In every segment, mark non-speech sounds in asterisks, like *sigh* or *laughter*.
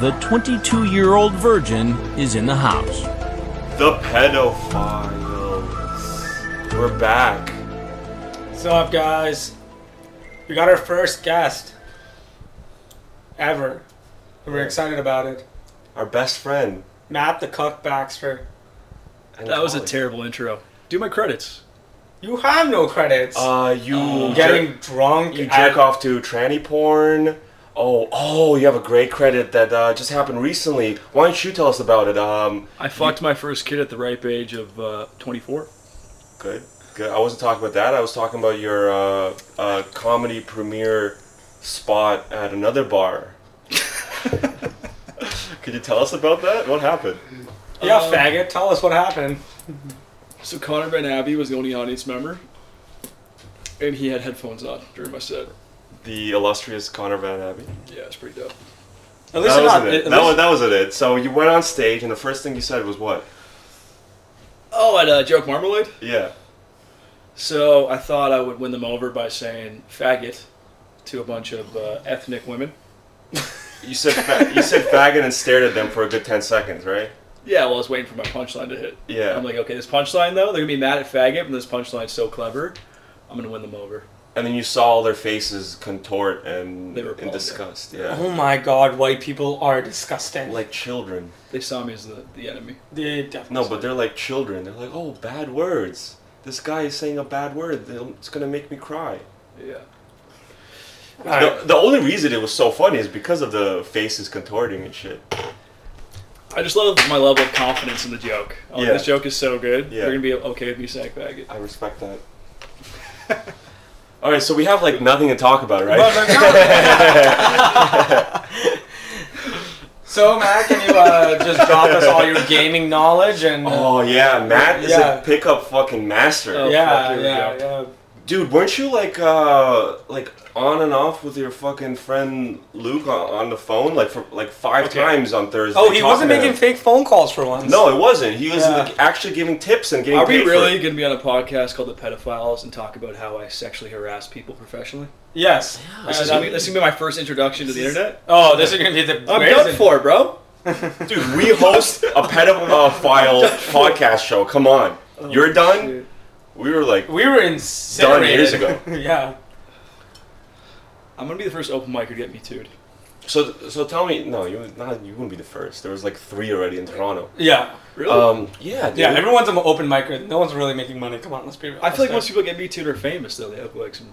the 22 year old virgin is in the house. The pedophiles. We're back. What's up, guys? We got our first guest ever. And we're excited about it. Our best friend. Matt the Cuck Baxter. and That was a colleague. terrible intro. Do my credits. You have no credits. Uh, you Oh. Getting jerk, drunk. you at- jerk off to tranny porn. Oh, oh, you have a great credit that uh, just happened recently. Why don't you tell us about it? Um, I fucked my first kid at the ripe age of uh, 24. good, good. I wasn't talking about that. I was talking about your uh, uh, comedy premiere spot at another *laughs* bar. Could you tell us about that? What happened? Yeah, Um, faggot. Tell us what happened. So Connor Van Abbey was the only audience member, and he had headphones on during my set. The illustrious Connor Van Abbey. Yeah, it's pretty dope. At least That you're not. wasn't it. at That, least- was, that wasn't it. So you went on stage, and the first thing you said was what? Oh, at uh, Joke Marmalade. Yeah. So I thought I would win them over by saying faggot to a bunch of uh, ethnic women. You said fa- you said faggot and stared at them for a good ten seconds, right? Yeah, well, I was waiting for my punchline to hit. Yeah. I'm like, okay, this punchline though, they're gonna be mad at faggot, but this punchline's so clever, I'm gonna win them over. And then you saw all their faces contort and They were in appalled, disgust. Yeah. oh my god, white people are disgusting. Like children. They saw me as the, the enemy. they definitely. No, but they're like children. They're like, oh, bad words. This guy is saying a bad word. They'll- It's gonna make me cry. Yeah. All The, right. the only reason it was so funny is because of the faces contorting and shit. I just love my level of confidence in the joke. I'm like, Yeah. This joke is so good. Yeah. They're gonna be okay with me saying faggot. I respect that. *laughs* all right, so we have like nothing to talk about, right? But they're- so Matt, can you uh, just drop us all your gaming knowledge and? Oh yeah, Matt is Yeah. a pickup fucking master. Oh. yeah, fuck, here we yeah, yeah. Dude, weren't you like uh like on and off with your fucking friend Luke on, on the phone like for like five Okay. times on Thursday? Oh, he talking wasn't to making him? fake phone calls for once. No, it wasn't. He was Yeah. like actually giving tips and getting. Are we paid for really it. gonna be on a podcast called The Pedophiles and talk about how I sexually harass people professionally? Yes. Uh, This is, gonna be, this is gonna be my first introduction to the internet. Oh, this is gonna be the. I'm where is done it? for, bro. Dude, we host a *laughs* pedophile *laughs* podcast show. Come on, Oh, you're done. Dude. We were like We were done incinerated. years ago. *laughs* yeah. I'm gonna be the first open micer to get me too. So so tell me, no, you would not you wouldn't be the first. There was like three already in Toronto. Yeah. Really? Oh. Um, yeah, dude. Yeah. Everyone's an open micer. No one's really making money. Come on, let's be real. I feel like most people get me too are famous though. They have like some.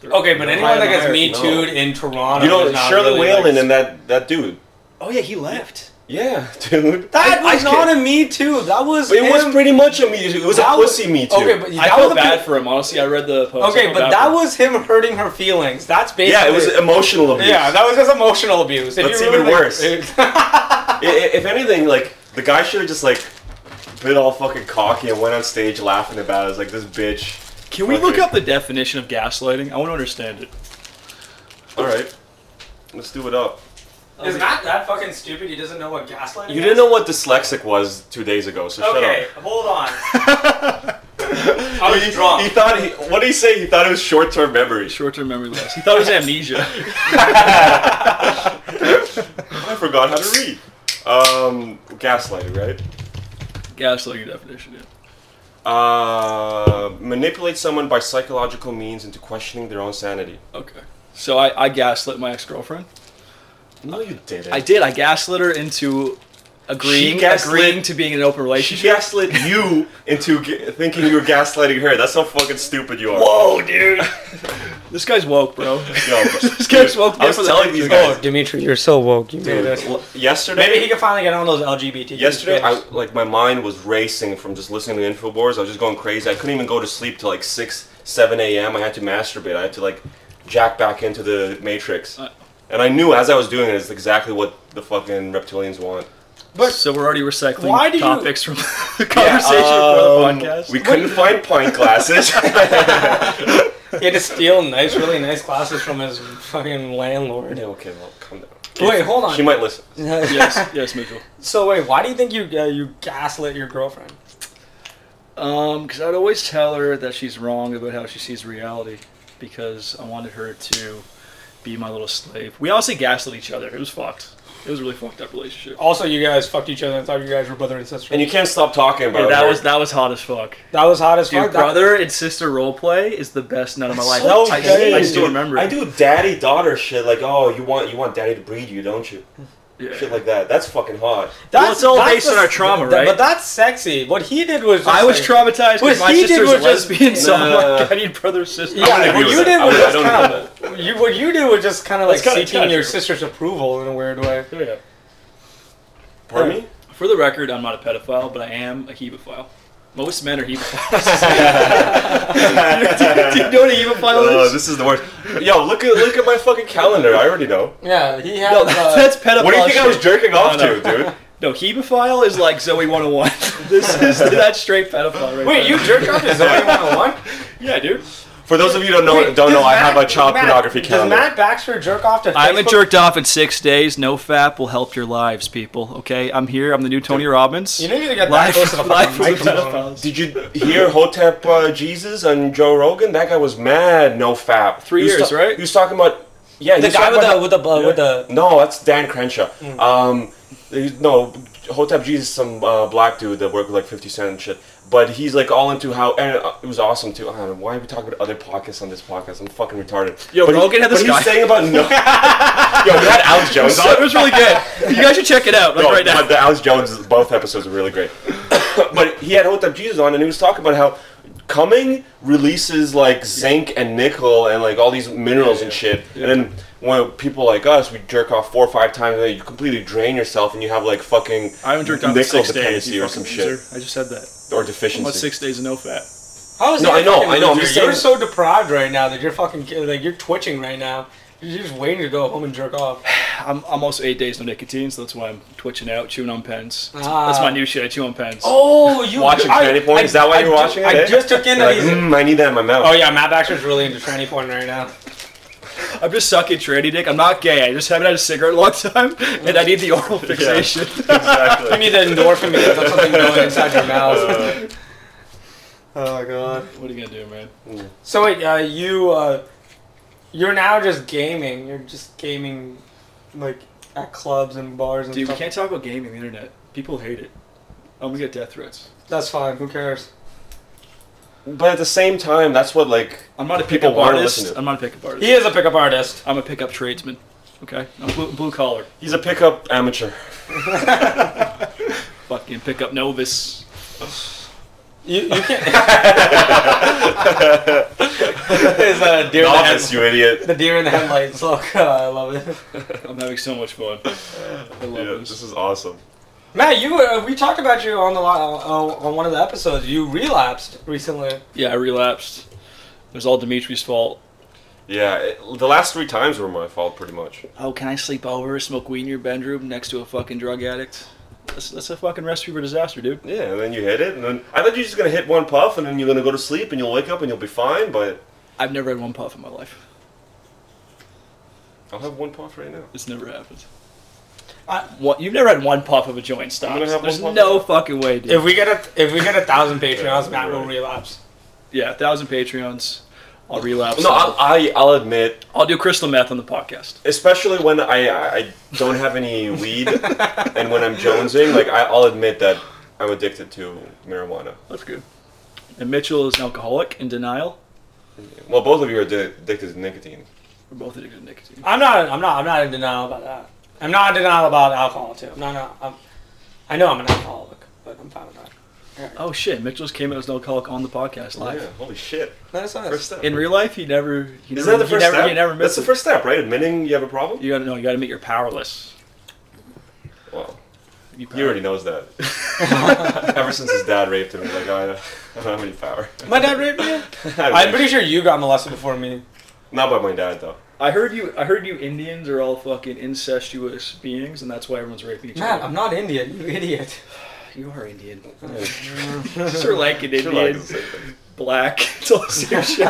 they're- Okay, but they're anyone high that and gets mired. me no. too'd in Toronto. you know is not Shirley really, Whalen like, and that that dude. Oh yeah, he left. Yeah, dude. That I- was I not can't- a me too. That was. It was him- pretty much a me too. It was a That was- pussy me too. Okay, but I that was feel a bad bit- for him. Honestly, I read the post. I Okay, felt but bad that for him. was him hurting her feelings. That's basically. yeah, it was emotional abuse. Yeah, that was just emotional abuse. If That's you even really- worse. *laughs* *laughs* I- i- if anything, like the guy should have just like been all fucking cocky and went on stage laughing about it. It's like this bitch. Can we Okay. look up the definition of gaslighting? I want to understand it. All right, let's do it up. is Matt that fucking stupid? He doesn't know what gaslighting. You didn't know what dyslexic was two days ago, so Okay, shut up. hold *laughs* on. I he, was He drunk. thought he. What did he say? He thought it was short-term memory. Short-term memory *laughs* loss. He thought it was amnesia. I forgot how to read. Um, gaslighting, right? gaslighting definition. Yeah. Uh, manipulate someone by psychological means into questioning their own sanity. Okay. So I, I gaslit my ex-girlfriend. No, you didn't. I did. I gaslit her into agreeing, gaslit- agreeing to being in an open She relationship. gaslit you into g- thinking you were gaslighting her. That's how fucking stupid you are. Whoa, dude. *laughs* this guy's woke, bro. Yo, *laughs* this guy's woke. I was different telling than- these guys. Oh, Dimitri, you're so woke. You dude, l- yesterday, Maybe he could finally get on those LGBT. yesterday, I, shows. like my mind was racing from just listening to Infowars. I was just going crazy. I couldn't even go to sleep till like six, seven a.m. I had to masturbate. I had to like jack back into the matrix. Uh. and I knew as I was doing it, it's exactly what the fucking reptilians want. So we're already recycling Why do you- topics from *laughs* the *laughs* conversation Um, for the podcast. We couldn't find pint *laughs* glasses. *laughs* he had to steal nice, really nice glasses from his fucking landlord. okay, well, calm down. Wait, hold on. She might listen. *laughs* yes, yes, Mitchell. *laughs* So wait, why do you think you uh, you gaslit your girlfriend? Um, because I'd always tell her that she's wrong about how she sees reality, because I wanted her to be my little slave. We honestly gaslit each other. It was fucked. It was a really fucked up relationship. Also, you guys fucked each other and thought you guys were brother and sister. And you can't stop talking about Yeah, it. that right? was that was hot as fuck. that was hot as Dude, fuck. That- brother and sister roleplay is the best night of my life. So I, just- I gay, still dude. remember I it. do daddy daughter shit like oh you want you want daddy to breed you don't you Yeah. shit like that that's fucking hot That's, Well, it's all that's based on our trauma, th- right? But that's sexy. What he did was. Just I was like- traumatized What because my he did sister was a was just- lesbian, so I'm Nah. like, I need brother and sister. Yeah, I what agree with you that. did I was would- I just don't kind agree of you. What you did was just kind of like kinda seeking your casual. sister's approval in a weird way. Yeah. *laughs* pardon me For the record, I'm not a pedophile, but I am a hebdophile. Most *laughs* men are hebophiles. *laughs* do you know what a Oh, hebephile is? this is the worst yo look at look at my fucking calendar I already know Yeah, he had. No, uh, *laughs* that's pedophile. what do you think I was shit. jerking off No, no. to dude No, hebephile is like Zoe 101. *laughs* this is that's straight pedophile right wait, there. you jerk off to Zoe 101? Yeah, dude. for those of you who don't know Wait, don't does know I Matt- have a child Matt- pornography Does calendar Matt Baxter jerk off to? I haven't Facebook? jerked off in six days. No fap will help your lives, people. Okay, I'm here. I'm the new Tony Robbins. You didn't even get that life, close to the life fucking is a microphone. pedophile. did you hear Hotep uh, Jesus and Joe Rogan that guy was mad no fap Three He was years, ta- right? he was talking about yeah he The was guy talking with about the with the uh, with the No, that's Dan Crenshaw. Um, he's- no, Hotep Jesus, is some uh, black dude that worked with like Fifty Cent and shit. But he's like all into how, and uh, it was awesome too. I don't know, why are we talking about other podcasts on this podcast? I'm fucking retarded. Yo, but Rogan had this but guy- he's saying *laughs* about no. Yo, we had Alex *laughs* Jones So it on. was really *laughs* good. You guys should check it out like, No, right now. The Alex Jones, both episodes were really great. *coughs* but he had Hotep Jesus on, and he was talking about how Cumming releases like zinc and nickel and like all these minerals and shit. And then when people like us, we jerk off four or five times, and then you completely drain yourself, and you have like fucking I haven't jerked off in nickel six days. dependency You or fucking some loser. shit I just said that. or What deficiency. six days of no fat? How is No, I that know, fucking I know, I'm loser? just You're saying- so deprived right now that you're fucking like you're twitching right now. You're just waiting to go home and jerk off. I'm almost eight days no nicotine, so that's why I'm twitching out, chewing on pens. That's- Ah. That's my new shit. I chew on pens. Oh, you Watching Tranny porn? Is that why you're ju- watching it, I eh? just took in You're that like, he's. "Mm, I need that in my mouth. Oh yeah, Matt Baxter's really into tranny porn right now. I'm just sucking tranny dick. I'm not gay. I just haven't had a cigarette in a long time, *laughs* and I need *laughs* the oral fixation. *laughs* You exactly. need an endorphin because of *laughs* something going inside your mouth. Oh god. what are you gonna do, man? So wait, uh, you uh, you're now just gaming. You're just gaming, like at clubs and bars and Dude, we stuff. can't talk about gaming on the internet. People hate it. I'm gonna get death threats. That's fine. Who cares? But at the same time, that's what like I'm not a People pickup wanna artist. listen to it. I'm not a pickup artist. He is a pickup artist. I'm a pickup tradesman. Okay, I'm blue, blue collar. he's a pickup amateur. Fucking pickup novice. You, you can't. *laughs* is that a deer? in the Novice, head- you *laughs* idiot. the deer in the headlights look. Uh, I love it. I'm having so much fun. I love Yeah, this. this is awesome. Matt, you were, uh, we talked about you on the li- uh, on one of the episodes. You relapsed recently. Yeah, I relapsed. It was all Dimitri's fault. Yeah, it, the last three times were my fault, pretty much. Oh, can I sleep over, smoke weed in your bedroom next to a fucking drug addict? That's, that's a fucking recipe for disaster, dude. Yeah, and then you hit it, and then I thought you were just gonna hit one puff, and then you're gonna go to sleep, and you'll wake up, and you'll be fine. But I've never had one puff in my life. I'll have one puff right now. It's never happened. I- What? You've never had one puff of a joint stop. I'm gonna have There's one puff. no fucking way, dude. If we get a if we get a *laughs* thousand Patreons, Yeah, Matt will right. relapse. yeah, a thousand Patreons. I'll relapse. No, I'll, I, I'll admit, I'll do crystal meth on the podcast. especially when I, I don't have any *laughs* weed, and when I'm jonesing, like I, I'll admit that I'm addicted to marijuana. That's good. And Mitchell is an alcoholic in denial. Well, both of you are addi- addicted to nicotine. We're both addicted to nicotine. I'm not. I'm not. I'm not in denial about that. I'm not in denial about alcohol too. I'm not. not I'm, I know I'm an alcoholic, but I'm fine with that. Oh shit, Mitchell's came out as an alcoholic on the podcast live. Yeah, holy shit! That's nice. First step. In real life, he never. He Isn't never, that the he first never, step? You never That's miss the first step, right? Admitting you have a problem. You gotta know. You gotta admit you're powerless. Well, You he already knows that. *laughs* Ever since his dad raped him, he's like "Oh, I, I don't have any power. *laughs* My dad raped me. *laughs* I'm pretty sure you got molested before me. Not by my dad though. I heard you. I heard you. Indians are all fucking incestuous beings, and that's why everyone's raping each Matt, other. I'm not Indian. You idiot. You are Indian. *laughs* Sri Lankan Sure, like, Indian, it's the same thing. black. *laughs* It's all *laughs* the same shit.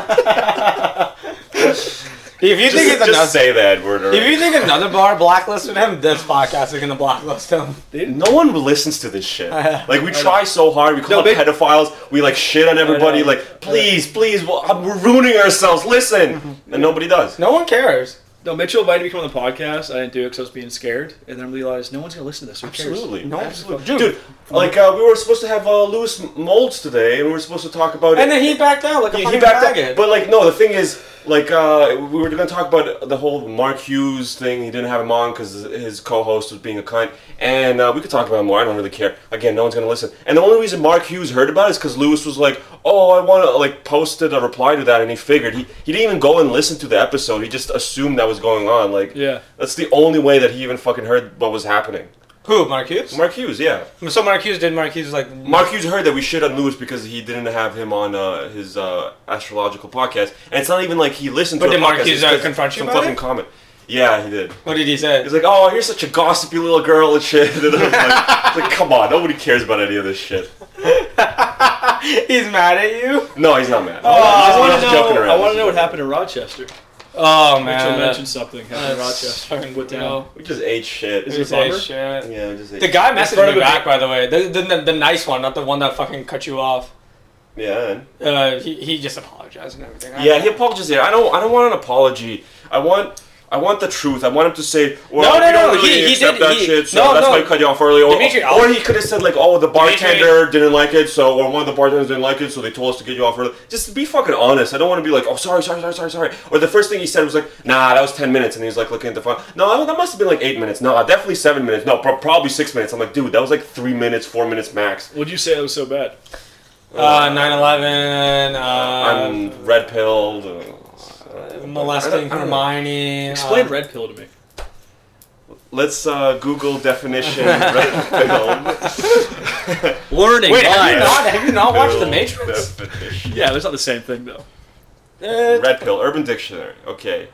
If you think Just, it's another, just say that word. if you think another bar blacklisted him, this podcast is gonna blacklist him. no one listens to this shit. Like we try so hard. We No, call but- up pedophiles. We like shit on everybody. know. Like please, please, well, I'm- we're ruining ourselves. Listen, and nobody does. Mm-hmm. No one cares. No, Mitchell invited me to come on the podcast. I didn't do it because I was being scared, and then I realized no one's gonna listen to this. Who cares? Absolutely. No, Absolutely. dude. Dude, like uh, we were supposed to have uh, Lewis Molds today, and we were supposed to talk about And then he backed out like a he, fucking he backed up. faggot. But like, no, the thing is, like, uh, we were going to talk about the whole Mark Hughes thing. He didn't have him on because his co-host was being a cunt, and uh, we could talk about it more. I don't really care. Again, no one's going to listen. And the only reason Mark Hughes heard about it is because Lewis was like, "Oh, I want to like posted a reply to that," and he figured he he didn't even go and listen to the episode. He just assumed that was going on. Like, Yeah. that's the only way that he even fucking heard what was happening. Who? Mark Hughes? Mark Hughes, yeah. so Mark Hughes did. Mark Hughes was like Mark Hughes heard that we shit on Lewis because he didn't have him on uh, his uh, astrological podcast, and it's not even like he listened But to. did the Mark podcast, Hughes, it's uh, just confront you some about fucking it? comment. Yeah, he did. What did he say? He's like, "Oh, you're such a gossipy little girl and shit." *laughs* And I'm like, like, come on, nobody cares about any of this shit. He's mad at you. No, he's not mad. I He's want to just joking know. around. I want to know what happened in Rochester. Oh Mitchell man. mentioned something happened in Rochester. Fucking What the hell? We just ate shit. Is it Say Bummer? shit. yeah, we just ate The guy In front messaged of me a- back, by the way. The, the, the, the nice one, not the one that fucking cut you off. Shit. Yeah. and- Uh, he, he just apologized and everything. I- Yeah, he apologized. there. I don't. I don't want an apology. I want. I want the truth. I want him to say, "Well, No, no, we don't no, really he- he accept did- that he- shit, so no, that's no. why I cut you off early." Or, Dimitri, I'll- or he could have said, like, "Oh, the Dimitri- bartender didn't like it, so or one of the bartenders didn't like it, so they told us to get you off early." Just be fucking honest. I don't want to be like, "Oh, sorry, sorry, sorry, sorry, sorry." Or the first thing he said was like, "Nah, that was ten minutes," and he was like looking at the phone. No, that must have been like eight minutes. No, definitely seven minutes. No, pro- probably six minutes. I'm like, dude, that was like three minutes, four minutes max. Would you say it was so bad? Uh, 9/11. Uh, I'm red uh, pilled. molesting I don't- I don't know. Hermione. Explain uh, red pill to me. Let's uh, Google *laughs* definition red pill. Learning. Wait, have you not have you not watched The Matrix? Definition. Yeah, it's not the same thing though. Uh, Red pill, Urban Dictionary. Okay.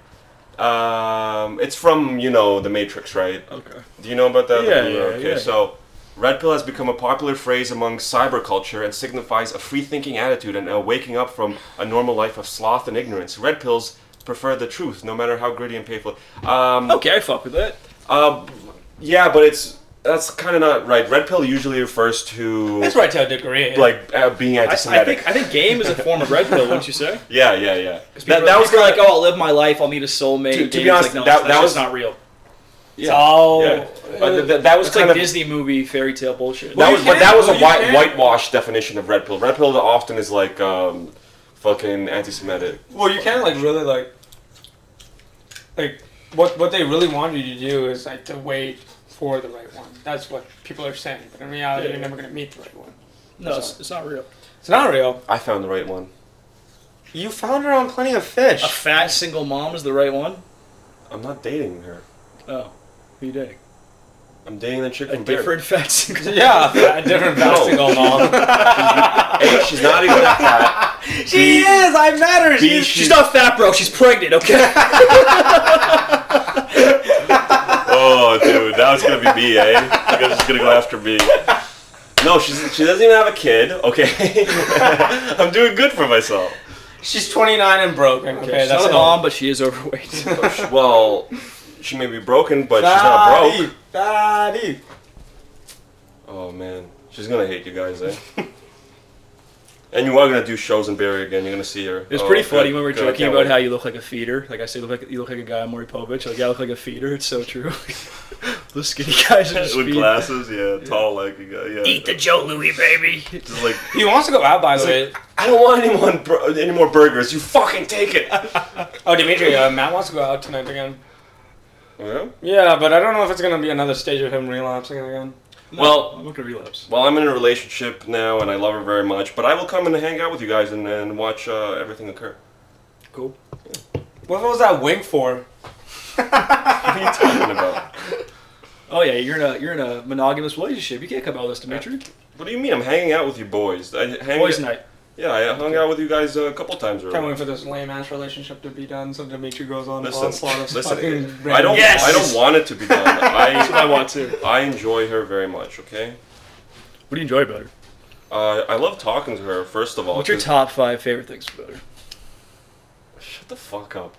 Um, it's from you know The Matrix, right? Okay. Do you know about that? Yeah, yeah, okay, yeah. so red pill has become a popular phrase among cyberculture and signifies a free-thinking attitude and a waking up from a normal life of sloth and ignorance. Red pills prefer the truth, no matter how gritty and painful. Um, Okay, I fuck with that. uh, yeah, but it's that's kind of not right. Red pill usually refers to that's right to a degree. like uh, being I, I anti-Semitic. think I think game is a form of red pill. Wouldn't you say? yeah, yeah, yeah. People That, are- that was people are kind of like, oh, I'll live my life. I'll meet a soulmate. To- to be Game's honest, like, no, that- that's that just was- not real. it's all. yeah. Uh, th- th- that was oh, It's kind like of Disney movie fairy tale bullshit. that you was but can, that was a well, you white can. whitewash definition of red pill. Red pill often is like um, fucking anti-Semitic. Well, you can like really like, like what what they really want you to do is like to wait for the right one. That's what people are saying. But in reality, you're never gonna meet the right one. no, it's, it's not real. It's not real. I found the right one. You found her on Plenty of Fish. A fat single mom is the right one. I'm not dating her. Oh, who you dating? I'm dating the chick A from Barry. different fat *laughs* single. yeah, a *laughs* different *laughs* No. bouncing *laughs* on mom. A, she's not even that she is. I met her. B, She's. she's not fat, bro. She's pregnant. Okay. Oh, dude, now it's gonna be me, eh? You guys are just gonna go after me. No, she's, she doesn't even have a kid. Okay, *laughs* I'm doing good for myself. She's 29 and broken. Okay, she's that's not a all. mom, but she is overweight. *laughs* Well, she may be broken, but she's not broke. Fatty. Oh man, she's gonna hate you guys, eh? *laughs* and you are gonna do shows in Barry again. You're gonna see her. It was Oh, pretty good, funny when we were good, I joking can't about wait. how you look like a feeder. Like I say, look like you look like a guy on Maury Povich. Like yeah, I look like a feeder. It's so true. *laughs* Those skinny guys are just with feeding. glasses, yeah, tall like a guy, yeah. Eat the Joe Louis, baby. Just like He wants to go out, by the It's way. I don't want anyone bur- any more burgers. You fucking take *laughs* it. Oh, Dimitri, uh, Matt wants to go out tonight again. well, Yeah, but I don't know if it's gonna be another stage of him relapsing again. well, I'm not gonna relapse. I'm in a relationship now, and I love her very much. But I will come and hang out with you guys and, and watch uh, everything occur. *laughs* Cool. What was that wink for? What are you talking about? Oh yeah, you're in a you're in a monogamous relationship. You can't come out with us, Dimitri. What do you mean? I'm hanging out with you boys. I hang Boys' night. Yeah, I hung out with you guys uh, a couple times already. Can't wait for this lame ass relationship to be done so Dimitri goes on Listen, onslaught of listen. fucking I don't. random- Yes! I don't want it to be *laughs* done. That's what I I, want to. What I enjoy her very much. Okay. do you enjoy about her? Uh, I love talking to her. First of all, What's your 'cause- top five favorite things about her? Shut the fuck up. *laughs*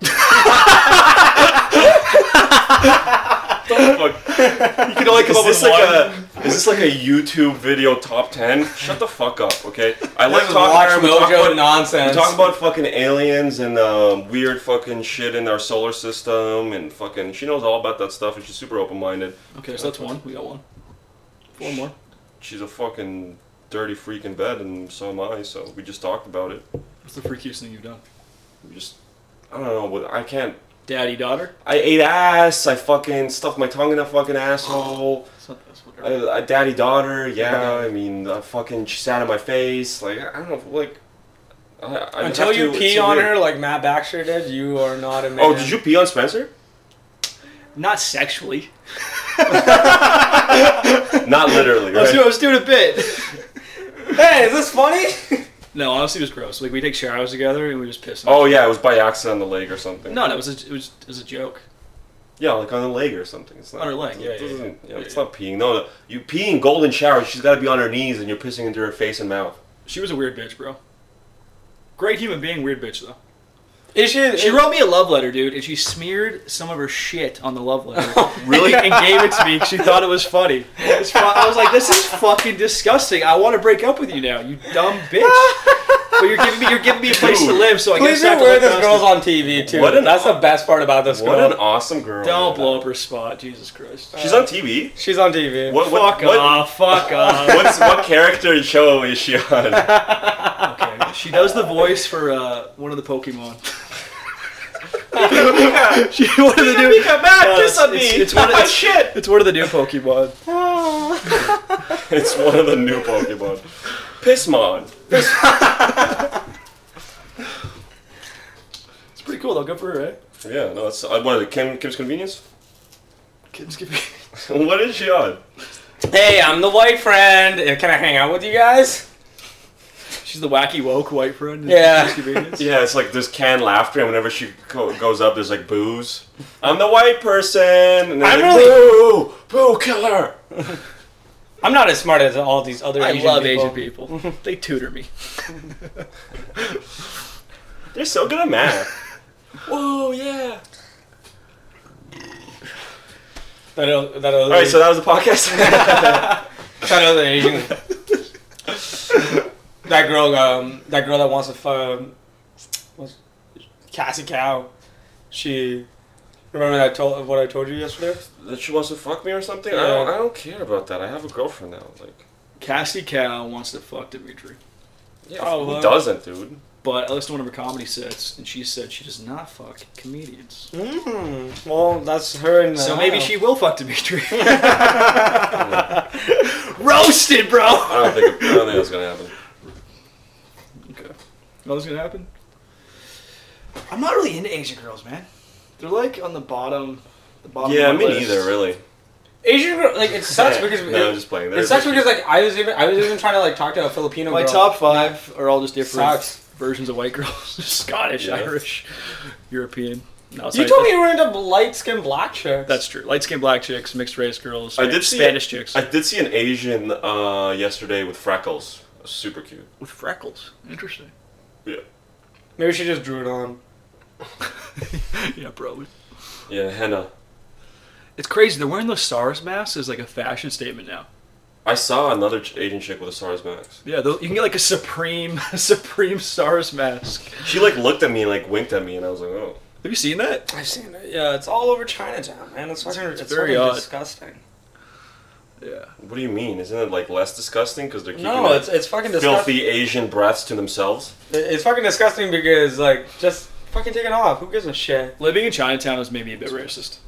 Don't fuck- You can only come up with Is this like one. Is this like a YouTube video top ten? Shut the fuck up, okay? I like This is talking. Watch we talk Mojo about- nonsense. We talk about fucking aliens and um, weird fucking shit in our solar system and fucking. She knows all about that stuff and she's super open minded. Okay, so that's one. We got one. Four more. She's a fucking dirty freak in bed and so am I. So we just talked about it. What's the freakiest thing you've done? We just I don't know. what I can't. Daddy daughter. I ate ass. I fucking stuffed my tongue in that fucking asshole. It's not that's whatever. I, I, daddy daughter. Yeah, I mean, I fucking she sat on my face. Like I don't know. Like I, I Until have to- you it's pee so on weird. her like Matt Baxter did, you are not a man. Oh, did you pee on Spencer? *laughs* Not sexually. Not literally, I, was doing, right? I was doing a *laughs* bit. Hey, is this funny? *laughs* no, honestly, it was gross. Like we take showers together and we just piss. on Oh yeah, it was by accident on the leg or something. No, no, it was a, it was it was a joke. Yeah, like on her leg or something. It's not On her leg, yeah, it yeah, doesn't- yeah, it's not peeing. No, no, you pee in golden showers. She's got to be on her knees, and you're pissing into her face and mouth. She was a weird bitch, bro. Great human being, weird bitch though. Is she? She is- wrote me a love letter, dude, and she smeared some of her shit on the love letter. Oh. *laughs* really? And gave it to me. 'cause She thought it was funny. It's fu- I was like, this is fucking disgusting. I want to break up with you now, you dumb bitch. But you're giving me you're giving me a place to Dude. live, so I Please guess I have don't to wear look this past girl's it. on TV too. What an- That's the best part about this What girl. an awesome girl. Don't man. blow up her spot, Jesus Christ. She's on TV. She's on TV. What? What? fuck what- off, fuck off. What's what character and show is she *laughs* on? Okay, She does the voice for uh, one of the Pokemon. she one of the new No, kiss it's- on it's- me. It's one of the shit. It's one of the new Pokemon. It's one of the new Pokemon. Pissmon. It's pretty cool though. Good for her, right? Yeah, no, it's uh, what is it? Kim, Kim's Convenience. *laughs* Kim's giving. what is she on? Hey, I'm the white friend. Uh, Can I hang out with you guys? *laughs* She's the wacky woke white friend. Yeah. Kim's convenience. Yeah, it's like there's canned laughter, and whenever she co- goes up, there's like boos. I'm the white person. And I'm I'm like, really- boo, boo, killer. I'm not as smart as all these other. I Asian love people. Asian people. *laughs* they tutor me. They're so good at math. *laughs* Whoa, yeah. That, o- that other, All right, so that was the *laughs* podcast. *laughs* that other Asian. that girl, um, that girl that wants to fuck, was Cassie Cow. She remember that I told what I told you yesterday. that she wants to fuck me or something? I, don't, Yeah. I don't care about that. I have a girlfriend now. Like, Cassie Cow wants to fuck Dimitri, yeah, Oh, who well. doesn't, dude? but I listened to one of her comedy sets, and she said she does not fuck comedians. Mm, well, that's her and So maybe she will fuck Dimitri. *laughs* Roasted, bro. I don't think I don't think that's gonna *laughs* happen. Okay. Nothing's gonna happen. I'm not really into Asian girls, man. They're like on the bottom. The bottom Yeah, of my me list. neither, really. Asian girl. Like *laughs* it sucks because no, I'm just playing. it, They're- sucks because like I was even I was even trying to like talk to a Filipino My girl. top five are all just different Sucks. versions of white girls: *laughs* Scottish, Yeah. Irish, European. No, You sorry, told me that's- you were into light skinned black chicks. that's true. Light skinned black chicks, mixed race girls, I did see Spanish chicks I did see an Asian uh, yesterday with freckles. Super cute. with freckles. Interesting. *laughs* Yeah. maybe she just drew it on. yeah, probably. Yeah, henna. It's crazy. They're wearing those SARS masks as like a fashion statement now. I saw another ch- Asian chick with a SARS mask. Yeah, tho- you can get like a supreme, *laughs* a supreme SARS mask. She like looked at me and like winked at me, and I was like, oh. Have you seen that? I've seen it. Yeah, it's all over Chinatown, man. It's fucking, it's, very fucking odd. disgusting. Yeah. What do you mean? Isn't it like less disgusting because they're keeping No, their it's it's fucking disgusting. filthy Asian breaths to themselves? It's fucking disgusting because like just fucking take it off. Who gives a shit? Living in Chinatown is maybe a bit racist.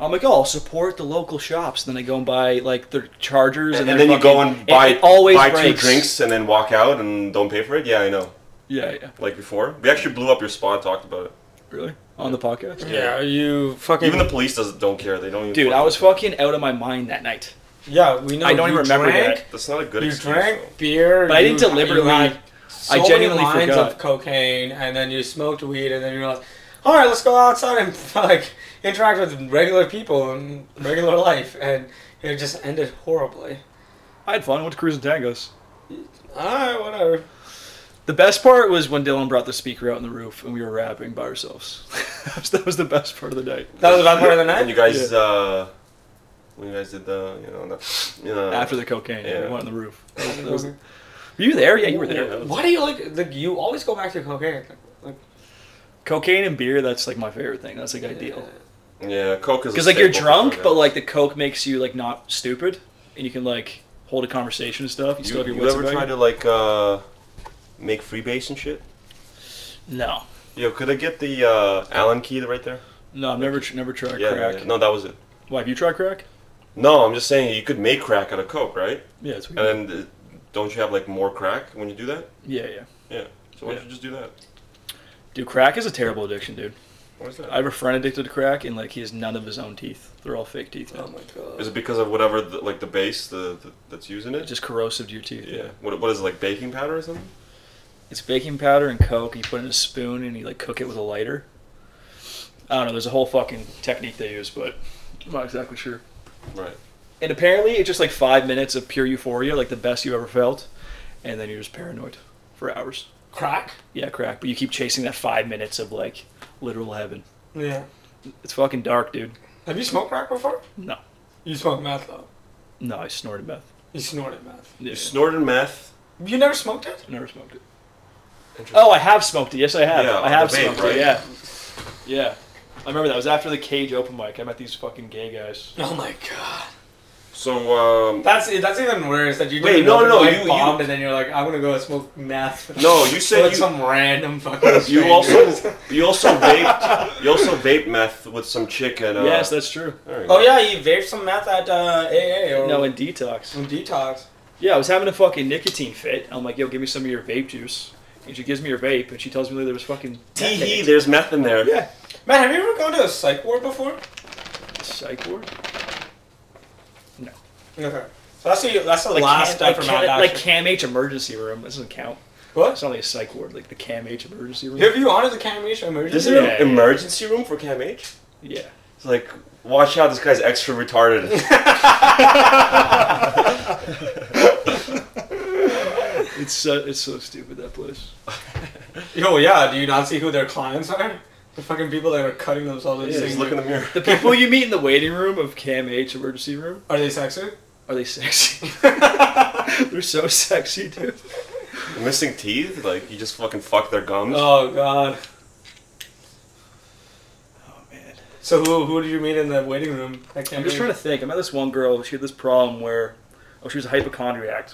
I'm like, oh, I'll support the local shops. Then I go and buy like their chargers, and, And, their then you go fucking- and buy it always buy breaks. two drinks and then walk out and don't pay for it. Yeah, I know. Yeah, yeah, Like before, we actually blew up your spot. and Talked about it. really on the podcast. Yeah, you fucking. Even the police does don't care. They don't. Even Dude, I was fucking. fucking out of my mind that night. yeah, we know. I don't you even remember drank, that. That's not a good. You excuse, drank though. beer, But I you- didn't you deliberately. had so I genuinely many lines forgot. of cocaine, and then you smoked weed, and then you realized, all right, let's go outside and *laughs* like interact with regular people and regular life, and it just ended horribly. I had fun. I went to Cruise and Tangos. All right, whatever. The best part was when Dylan brought the speaker out on the roof and we were rapping by *laughs* ourselves. that was the best part of the night. *laughs* That was the best part of the night. And you guys uh, when you guys did the you know the you know, After the cocaine, yeah. Yeah. we went on the roof. *laughs* Were you there? Yeah, you were there. Yeah. Why do you like? Like you always go back to cocaine. Like, Cocaine and beer, that's like my favorite thing. That's like ideal. yeah coke is a Because like you're staple drunk, for but like the coke makes you like not stupid, and you can like hold a conversation and stuff. You, still you, have your you wits ever about try you. to like uh make freebase and shit No, yo could I get the uh Allen key right there no, I've never tr- never tried yeah, crack. yeah. no that was it Why have you tried crack? no I'm just saying you could make crack out of coke right Yeah, it's weird. and then uh, don't you have like more crack when you do that yeah, yeah. yeah so why don't Yeah. you just do that Dude, crack is a terrible addiction, dude. what is I that have a friend addicted to crack, and like he has none of his own teeth. They're all fake teeth oh now. my god. is it because of whatever the, like the base the, the that's using it It's just corrosive to your teeth. yeah what, what is it like baking powder or something It's baking powder and coke. You put it in a spoon and you like cook it with a lighter. I don't know. There's a whole fucking technique they use, but I'm not exactly sure. right And apparently, it's just like five minutes of pure euphoria, like the best you've ever felt, and then you're just paranoid for hours. Crack. Yeah, crack. But you keep chasing that five minutes of like literal heaven. Yeah. It's fucking dark, dude. Have you smoked crack before? No, You smoked meth though. no, I snorted meth. You snorted meth. Yeah. you snorted meth You never smoked it? Never smoked it. Interesting. Oh, I have smoked it. Yes, I have. Yeah, I have the vape, smoked right? it. Yeah, yeah. I remember that It was after the cage open mic. I met these fucking gay guys. Oh my god. So um, That's that's even worse. That you Wait, didn't no, know no, no, the guy you- bombed, you- and then you're like, I'm gonna go smoke meth. No, *laughs* you said with you- some random fucking. you *laughs* strangers. also you also vaped you also vape meth with some chick at uh, yes, that's true. there you Oh go. yeah, you vaped some meth at uh, AA or No, in detox. some detox. Yeah, I was having a fucking nicotine fit. I'm like, yo, give me some of your vape juice. And she gives me her vape, and she tells me there was fucking. Tee hee, there's meth in there. Yeah. Man, have you ever gone to a psych ward before? Psych ward? Okay. So that's the that's the Like, last Cam, step from like, that. Cam, like Cam H emergency room. This doesn't count. It's what? not like a psych ward, like the Cam H emergency room. Have you honored the Cammation emergency? Is there Yeah, yeah. an emergency room for Cam H? Yeah. It's like, watch out, this guy's extra retarded. *laughs* It's so, it's so stupid, that place. Yo, yeah. Do you not see who their clients are? The fucking people that are cutting themselves. and He's just saying, look in the *laughs* mirror. The people you meet in the waiting room of Cam H emergency room, Are they sexy? are they sexy? *laughs* They're so sexy, dude. Missing teeth? Like, you just fucking fuck their gums? *laughs* Oh god. Oh, man. So who who did you meet in the waiting room? That I'm just trying to think. I met this one girl. She had this problem where, oh, she was a hypochondriac,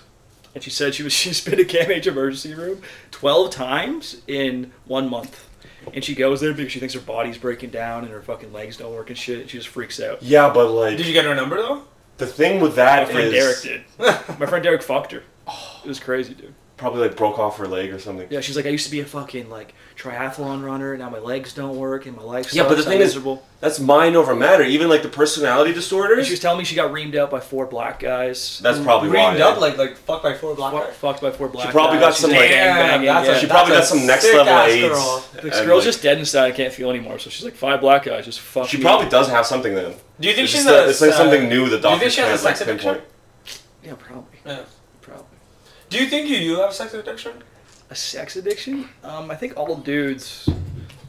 and she said she was *laughs* she's been in KMH emergency room twelve times in one month, and she goes there because she thinks her body's breaking down and her fucking legs don't work and shit. And she just freaks out. yeah, but like, Did you get her number though? the thing with My that is friend *laughs* Oh. Derek did. My friend Derek fucked her. It was crazy, dude. probably like broke off her leg or something. Yeah, she's like, I used to be a fucking like triathlon runner, and now my legs don't work, and my life. Yeah, but sucks, the I'm thing is- miserable. That's mind over matter. Even like the personality And disorders. she was telling me she got reamed out by four black guys. that's probably why. Reamed up like like fucked by four black Fuck, guys. fucked by four black. probably guys. got She's some, like- Damn, gangbanging, that's yeah. a she probably got That's some next sick level ass AIDS. girl. This and, girl's like, just dead inside and can't feel anymore, so she's like five black guys just fuck. She me." probably does have something then. Do you think It's, she's just that- a, it's like uh, something new the do you doctor think she can't has a like sex pinpoint. addiction? yeah, probably, Yeah. probably Do you think you, you have sex addiction? a sex addiction. Um, I think all dudes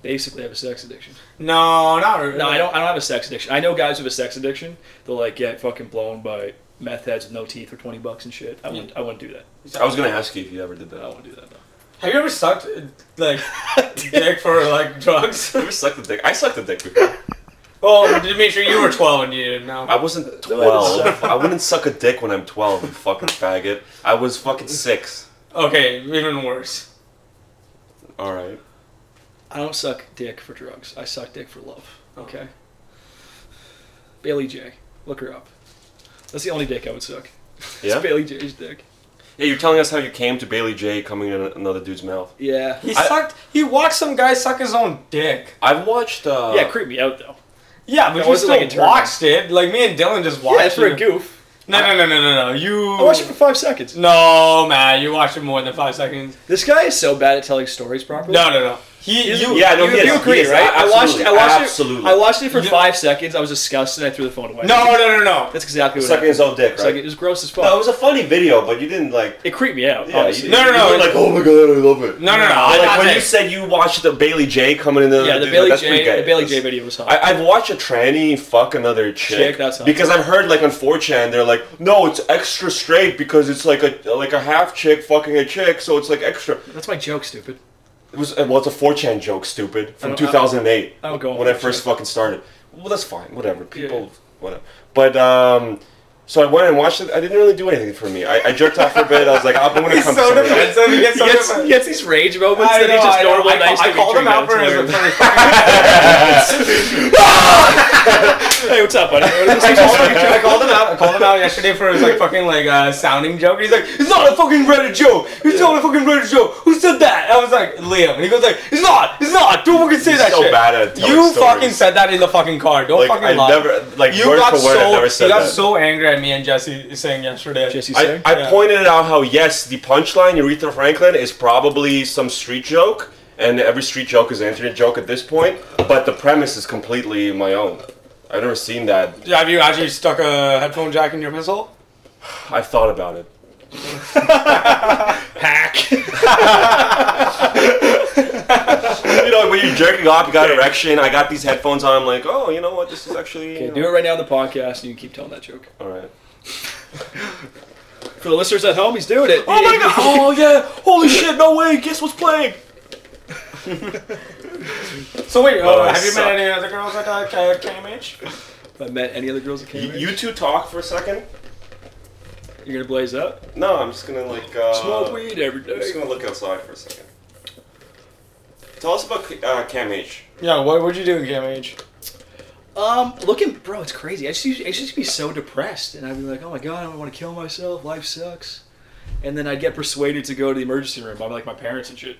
basically have a sex addiction. No, not really. No, I don't. I don't have a sex addiction. I know guys who have a sex addiction. They'll like get fucking blown by meth heads with no teeth for twenty bucks and shit. I wouldn't. I wouldn't do that. I was gonna ask you if you ever did that. I wouldn't do that. though. Have you ever sucked uh, *laughs* like dick for like drugs? You ever sucked the dick? I sucked the dick *laughs* before. well, to make sure you were twelve and you didn't know. I wasn't 12. I wouldn't suck a dick when I'm 12, you fucking faggot. I was fucking 6. Okay, even worse. Alright. I don't suck dick for drugs. I suck dick for love. Oh. Okay. Bailey J. Look her up. That's the only dick I would suck. Yeah? It's Bailey J's dick. Yeah, you're telling us how you came to Bailey J coming in another dude's mouth. Yeah. He I- sucked. He watched some guy suck his own dick. I've watched, uh. yeah, creep me out though. Yeah, but That you wasn't still like a turn on. watched it. Like me and Dylan just watched Yeah, it's for it. a goof. No, no, no, no, no, no. You. I watched it for five seconds. No, man, you watched it more than five seconds. This guy is so bad at telling stories properly. No, no, no. He, Is- you, yeah, no, you, he you is- he agree, is, right? I absolutely, watched, it, I watched absolutely. it. I watched it for You- five seconds. I was disgusted. and I threw the phone away. No, no, no, no. that's exactly what. Sucking happened. his own dick, It's like right? it was gross as fuck. No, it was a funny video, but you didn't like. it creeped me out. Yeah, honestly. you, No, no, you no, were like, it's- oh my god, I love it. No, no, no. Like I, I when you think- said you watched the Bailey J coming in the yeah, the dude, Bailey that's pretty J, gay. the Bailey That's- J video was hot. I, I've watched a tranny fuck another chick. Chick, that's hot. because I've heard like on 4chan they're like, no, it's extra straight because it's like a like a half chick fucking a chick, so it's like extra. that's my joke, stupid. It was well, it's a 4chan joke, stupid, I from don't- I- 2008 I don't go on when I 4chan. first fucking started. Well, that's fine, whatever. People, whatever. But um, so I went and watched it. I didn't really do anything for me. I, I jerked off for a bit. I was like, I'm gonna *laughs* He's come. so somewhere. defensive. He gets He so gets, defensive. he gets these rage moments I that know, he's just I know. normal, I, nice I, to I called him out for his *laughs* Hey, what's up, *laughs* buddy? I called, him, I called him out. I called him out yesterday for his like fucking like uh, sounding joke. He's like, "It's not a fucking Reddit joke. It's not a fucking Reddit joke. Who said that?" I was like, "Liam," and he goes like, "It's not. It's not. Don't fucking say He's that so shit." bad at telling you stories. fucking said that in the fucking car. Don't Like fucking I lie. never like you word got for word. so I never said you got that. so angry at me and Jesse saying yesterday. Jesse I, Singh. I Yeah. pointed out how yes, the punchline Aretha Franklin is probably some street joke, and every street joke is an internet joke at this point. But the premise is completely my own. I've never seen that. have you actually stuck a headphone jack in your missile? I've thought about it. Hack. You know, when you're jerking off, you got erection. I got these headphones on. I'm like, oh, you know what? This is actually. you know- Do it right now in the podcast, and you can keep telling that joke. All right. For the listeners at home, he's doing it. Oh my god! Oh yeah! Holy shit! No way! Guess what's playing? So wait, uh, Oh, I have you suck. met any other girls at uh, K- KMH? If I met any other girls that came, You, in, you two talk for a second. you're gonna blaze up. No, I'm just gonna like. Uh, Smoke weed every day. I'm just gonna look outside for a second. Tell us about uh, Cam H. Yeah, what would you do in KMH? Um, looking, bro, it's crazy. I just, used, I just used to be so depressed, and I'd be like, "Oh my god, I want to kill myself. Life sucks." And then I'd get persuaded to go to the emergency room by like my parents and shit.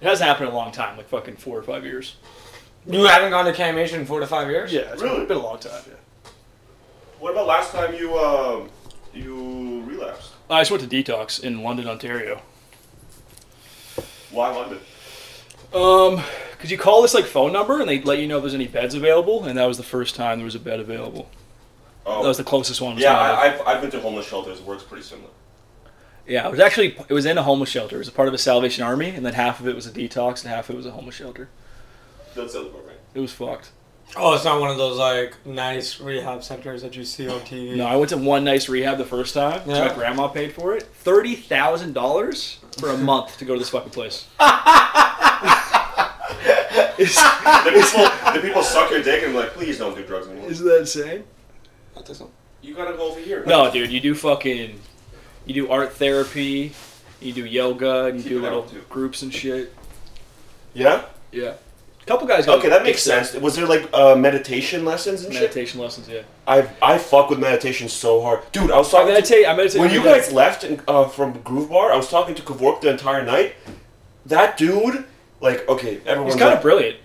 It hasn't happened in a long time, like fucking four or five years. You haven't gone to KMH in four to five years. Yeah, it's Really? been a long time. Yeah. What about last time you um you relapsed? I just went to detox in London, Ontario. Why London? Um, could you call this like phone number and they let you know if there's any beds available? And that was the first time there was a bed available. Oh, That was the closest one. yeah. I, I've I've been to homeless shelters. It works pretty similar. yeah. It was actually it was in a homeless shelter. It was a part of a Salvation Army, and then half of it was a detox, and half of it was a homeless shelter. That sounds about right. It was fucked. Oh, it's not one of those like nice rehab centers that you see on TV. No, I went to one nice rehab the first time. so Yeah. My grandma paid for it. Thirty thousand dollars for a month to go to this fucking place. is, The people, the people suck your dick and be like, please don't do drugs anymore. is that insane? You gotta go over here. No, dude, you do fucking, you do art therapy, you do yoga, and you Keep do it little out, too. groups and shit. Yeah. Yeah, a couple guys. go Okay, that makes except- sense. Was there like uh, meditation lessons and shit? Meditation lessons, yeah. I I fuck with meditation so hard, dude. I was I talking to meditate. I meditate. when every you day. guys left in, uh, from Groove Bar. I was talking to Kavork the entire night. That dude, like, okay, everyone's he's kind like- of brilliant.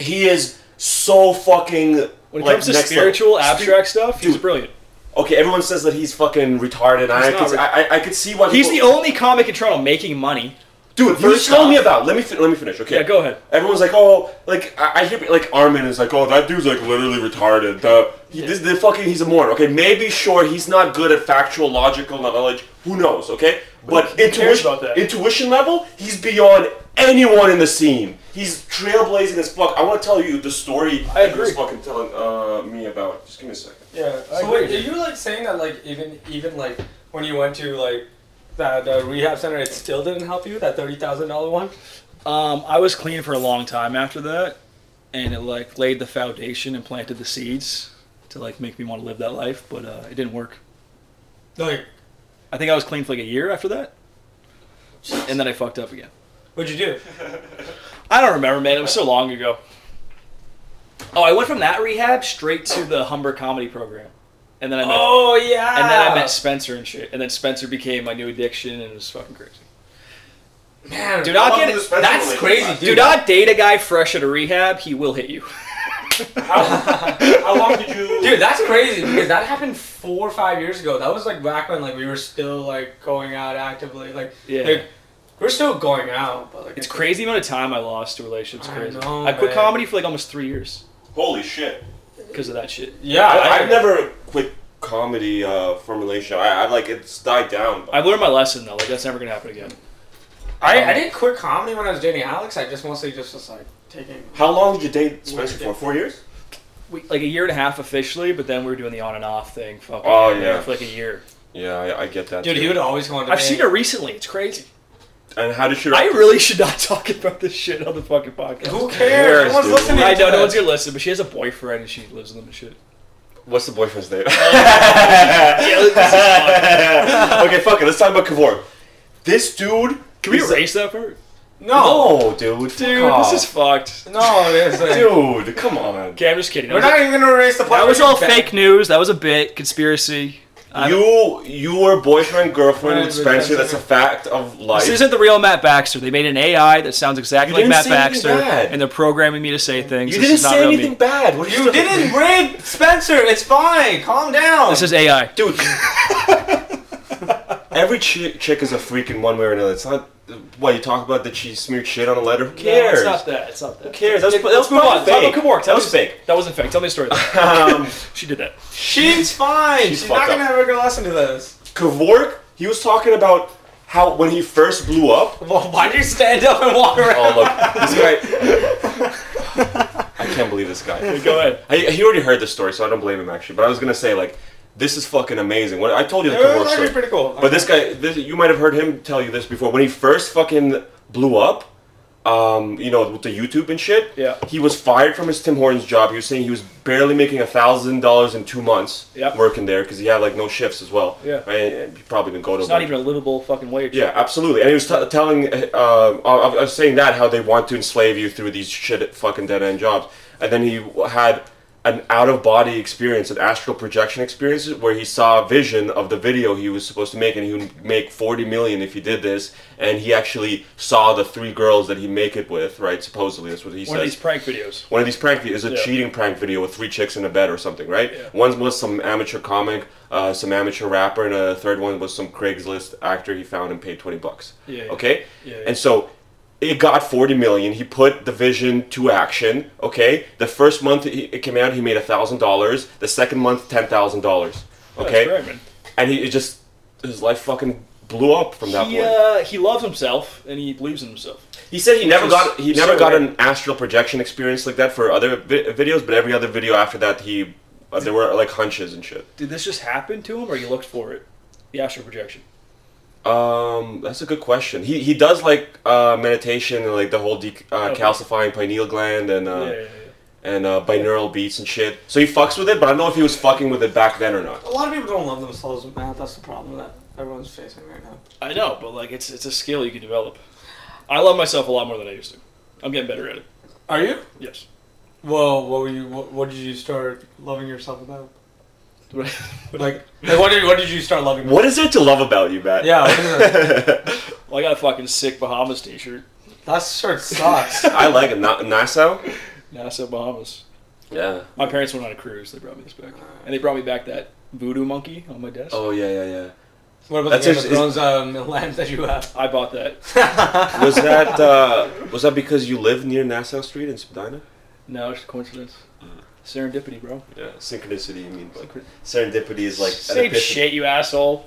He is so fucking. When it like, comes to next spiritual level. abstract stuff, he's dude. brilliant. Okay, everyone says that he's fucking retarded. I, not could, re- I, I I could see why. He's the people- only comic in Toronto making money. dude. You first tell me off- about. Let me fi- let me finish. Okay. Yeah, go ahead. Everyone's like, oh, like I, I hear like Armin is like, oh, that dude's like literally retarded. The he, this, the fucking he's a moron. Okay, maybe sure he's not good at factual logical knowledge. Who knows? Okay, but cares intuition about that? intuition level, he's beyond anyone in the scene. He's trailblazing as fuck. I want to tell you the story I he was agree. fucking telling uh, me about. Just give me a second. Yeah. I So wait, agree. are you like saying that like even even like when you went to like that the rehab center, it still didn't help you? That thirty thousand dollar one? Um, I was clean for a long time after that, and it like laid the foundation and planted the seeds to like make me want to live that life. But uh, it didn't work. Like, I think I was clean for like a year after that, and then I fucked up again. what'd you do? I don't remember, man. It was so long ago. Oh, I went from that rehab straight to the Humber Comedy Program, and then I met Oh yeah. and then I met Spencer and shit, and then Spencer became my new addiction, and it was fucking crazy. Man, Dude, I'll How long get it. does the special that's last? crazy, Do not date a guy fresh out of rehab. He will hit you. *laughs* How long did you? Dude, that's crazy because that happened four or five years ago. That was like back when like we were still like going out actively. Like, Yeah. like We're still going out, but like It's crazy amount of time I lost to relationships. I Crazy. know, I quit man. comedy for like almost three years Holy shit. because of that shit. Yeah, I, I've never quit comedy uh, from relationship. I, I like it's died down. But I've learned my lesson though. Like that's never gonna happen again. Oh. I, I didn't quit comedy when I was dating Alex. I just mostly just was like taking. how long did you date Spencer for? Four years? We, like a year and a half officially, but then we were doing the on and off thing. Fucking Oh, yeah. for like a year. Yeah, I, I get that. Dude, too. he would always go on. I've seen dates. her recently. It's crazy. And how did she? I really should not *laughs* talk about this shit on the fucking podcast. Who Where's, cares? No one's dude? listening. I to know no this. one's gonna listen, but she has a boyfriend and she lives with him *laughs* and shit. What's the boyfriend's name? *laughs* Yeah, this is fun. okay, fuck it. Let's talk about Kavor. This dude. Can we is- erase that part? No, No, dude. fuck Dude, off. this is fucked. no, it's like, Dude, come on. Okay, I'm just kidding. we're That not was, even gonna erase the part. that was where all you bet. fake news. That was a bit conspiracy. I don't- You, you were boyfriend, girlfriend with Right, Spencer. That's a fact of life. This isn't the real Matt Baxter. They made an AI that sounds exactly You like didn't Matt say anything Baxter, bad. and they're programming me to say things. you this didn't is not say real anything Me. bad. What are you, You didn't rape Spencer. It's fine. Calm down. This is AI. dude. Every chi- chick is a freak in one way or another. It's not what you talk about that she smeared shit on a letter. Who cares? that. It's not that. Who cares? That was- that was Let's move on. fucking Talk fake. about Kaborg. That Tell was me- fake. That wasn't fake. Tell me *laughs* a story. um, she did that. she's fine. She's, not fucked up. gonna ever gonna listen to this. Kevork, he was talking about how when he first blew up. Well, why do you stand up and walk around? Oh look, this guy. I can't believe this guy. *laughs* Go ahead. I, he already heard this story, so I don't blame him actually. But I was gonna say like, this is fucking amazing. When I told you the It Kevork was actually story. pretty cool. But this guy, this, you might have heard him tell you this before. When he first fucking blew up, um, you know, with the YouTube and shit, Yeah. he was fired from his Tim Hortons job. He was saying he was barely making a thousand dollars in two months Yep. working there because he had like no shifts as well. Yeah. right? And he probably didn't go to. It's not work. even a livable fucking wage. Yeah, absolutely. And he was t- telling, uh, I, I was saying that how they want to enslave you through these shit fucking dead end jobs. And then he had an out of body experience, an astral projection experience, where he saw a vision of the video he was supposed to make, and he would make forty million if he did this. And he actually saw the three girls that he make it with, right? Supposedly, that's what he One of says. these prank videos. One of these prank videos is a Yeah. cheating prank video with three chicks in a bed or something, right? Yeah. One was some amateur comic, uh, some amateur rapper, and a third one was some Craigslist actor he found and paid twenty bucks. Yeah, yeah. Okay. Yeah, yeah. And so it got forty million. He put the vision to action. Okay. The first month he- it came out, he made thousand dollars. The second month, ten thousand dollars. Okay. That's right, man. and he it just his life fucking blew up from that He, point. uh, he loves himself and he believes in himself. He said he never is got he so never got weird. an astral projection experience like that for other vi- videos, but every other video after that he uh, there were like hunches and shit. Did this just happen to him, or he looked for it? The astral projection. Um, that's a good question. He he does like uh, meditation and like the whole de- uh, Okay. calcifying pineal gland and uh, Yeah, yeah, yeah. and uh, binaural beats and shit. So he fucks with it, but I don't know if he was fucking with it back then or not. A lot of people don't love themselves with math. That's the problem that everyone's facing right now. I know, but like it's it's a skill you can develop. I love myself a lot more than I used to. I'm getting better at it. Are you? Yes. *laughs* Well, what were you? What, what did you start loving yourself about? What Like, like what did what did you start loving? What is there to love about you, Matt? Yeah, what is Well, I got a fucking sick Bahamas T-shirt. That shirt *laughs* *laughs* sucks. I like it. Na- Nassau. NASA Bahamas. Yeah. My parents went on a cruise. They brought me this back, and they brought me back that voodoo monkey on my desk. Oh yeah, yeah, What about That's the Game just- of Thrones um, *laughs* lamp that you *laughs* have? I bought that. yeah. Was that uh, was that because you live near Nassau Street in Spadina? No, it's a coincidence. Serendipity, bro. Yeah, synchronicity. You mean but serendipity is like an Same epiphany. shit, you asshole.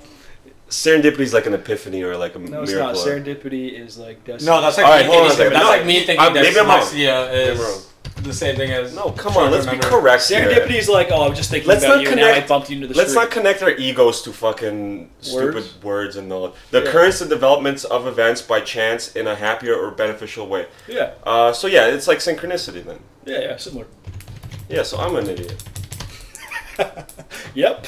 Serendipity is like an epiphany or like a No, miracle. it's not. Serendipity is like destiny. No, that's like All right, me hold on a thinking, second. that's No, like me thinking I'm- that maybe I'm wrong. dyslexia I'm wrong. is the same thing as No, come trying on. to Let's be remember. correct. here. Serendipity is like, oh, I'm just thinking Let's about not you, and now I connect- bumped you into the Let's street. not connect our egos to fucking Words? stupid words and all. The Yeah. currents and developments of events by chance in a happier or beneficial way. yeah, Uh, so yeah, it's like synchronicity then. yeah, yeah, similar. Yeah, so I'm an idiot. Yep.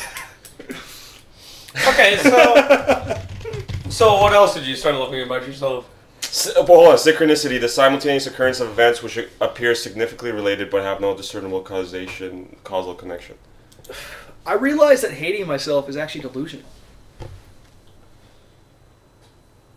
Okay, so *laughs* so what else did you start loving about yourself? S- well, hold on, synchronicity, the simultaneous occurrence of events which appear significantly related but have no discernible causation, causal connection. I realized that hating myself is actually delusional.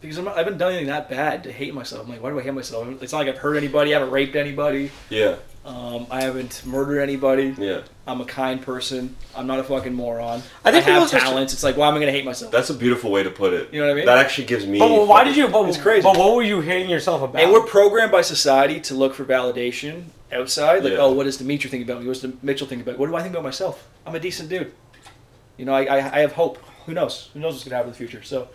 Because I'm not, I haven't done anything that bad to hate myself. I'm like, why do I hate myself? It's not like I've hurt anybody, I haven't raped anybody. Yeah. Um, I haven't murdered anybody. Yeah, I'm a kind person. I'm not a fucking moron. I I think think I people have just- talents. It's like, why am I gonna hate myself? that's a beautiful way to put it. You know what I mean? That actually gives me. But why fucking- did you? But, It's crazy. But what were you hating yourself about? And we're programmed by society to look for validation outside. Like, Yeah. oh, what does Dimitri think about me? What does Dem- Mitchell think about me? What do I think about myself? I'm a decent dude. You know, I, I, I have hope. Who knows? Who knows what's going to happen in the future? So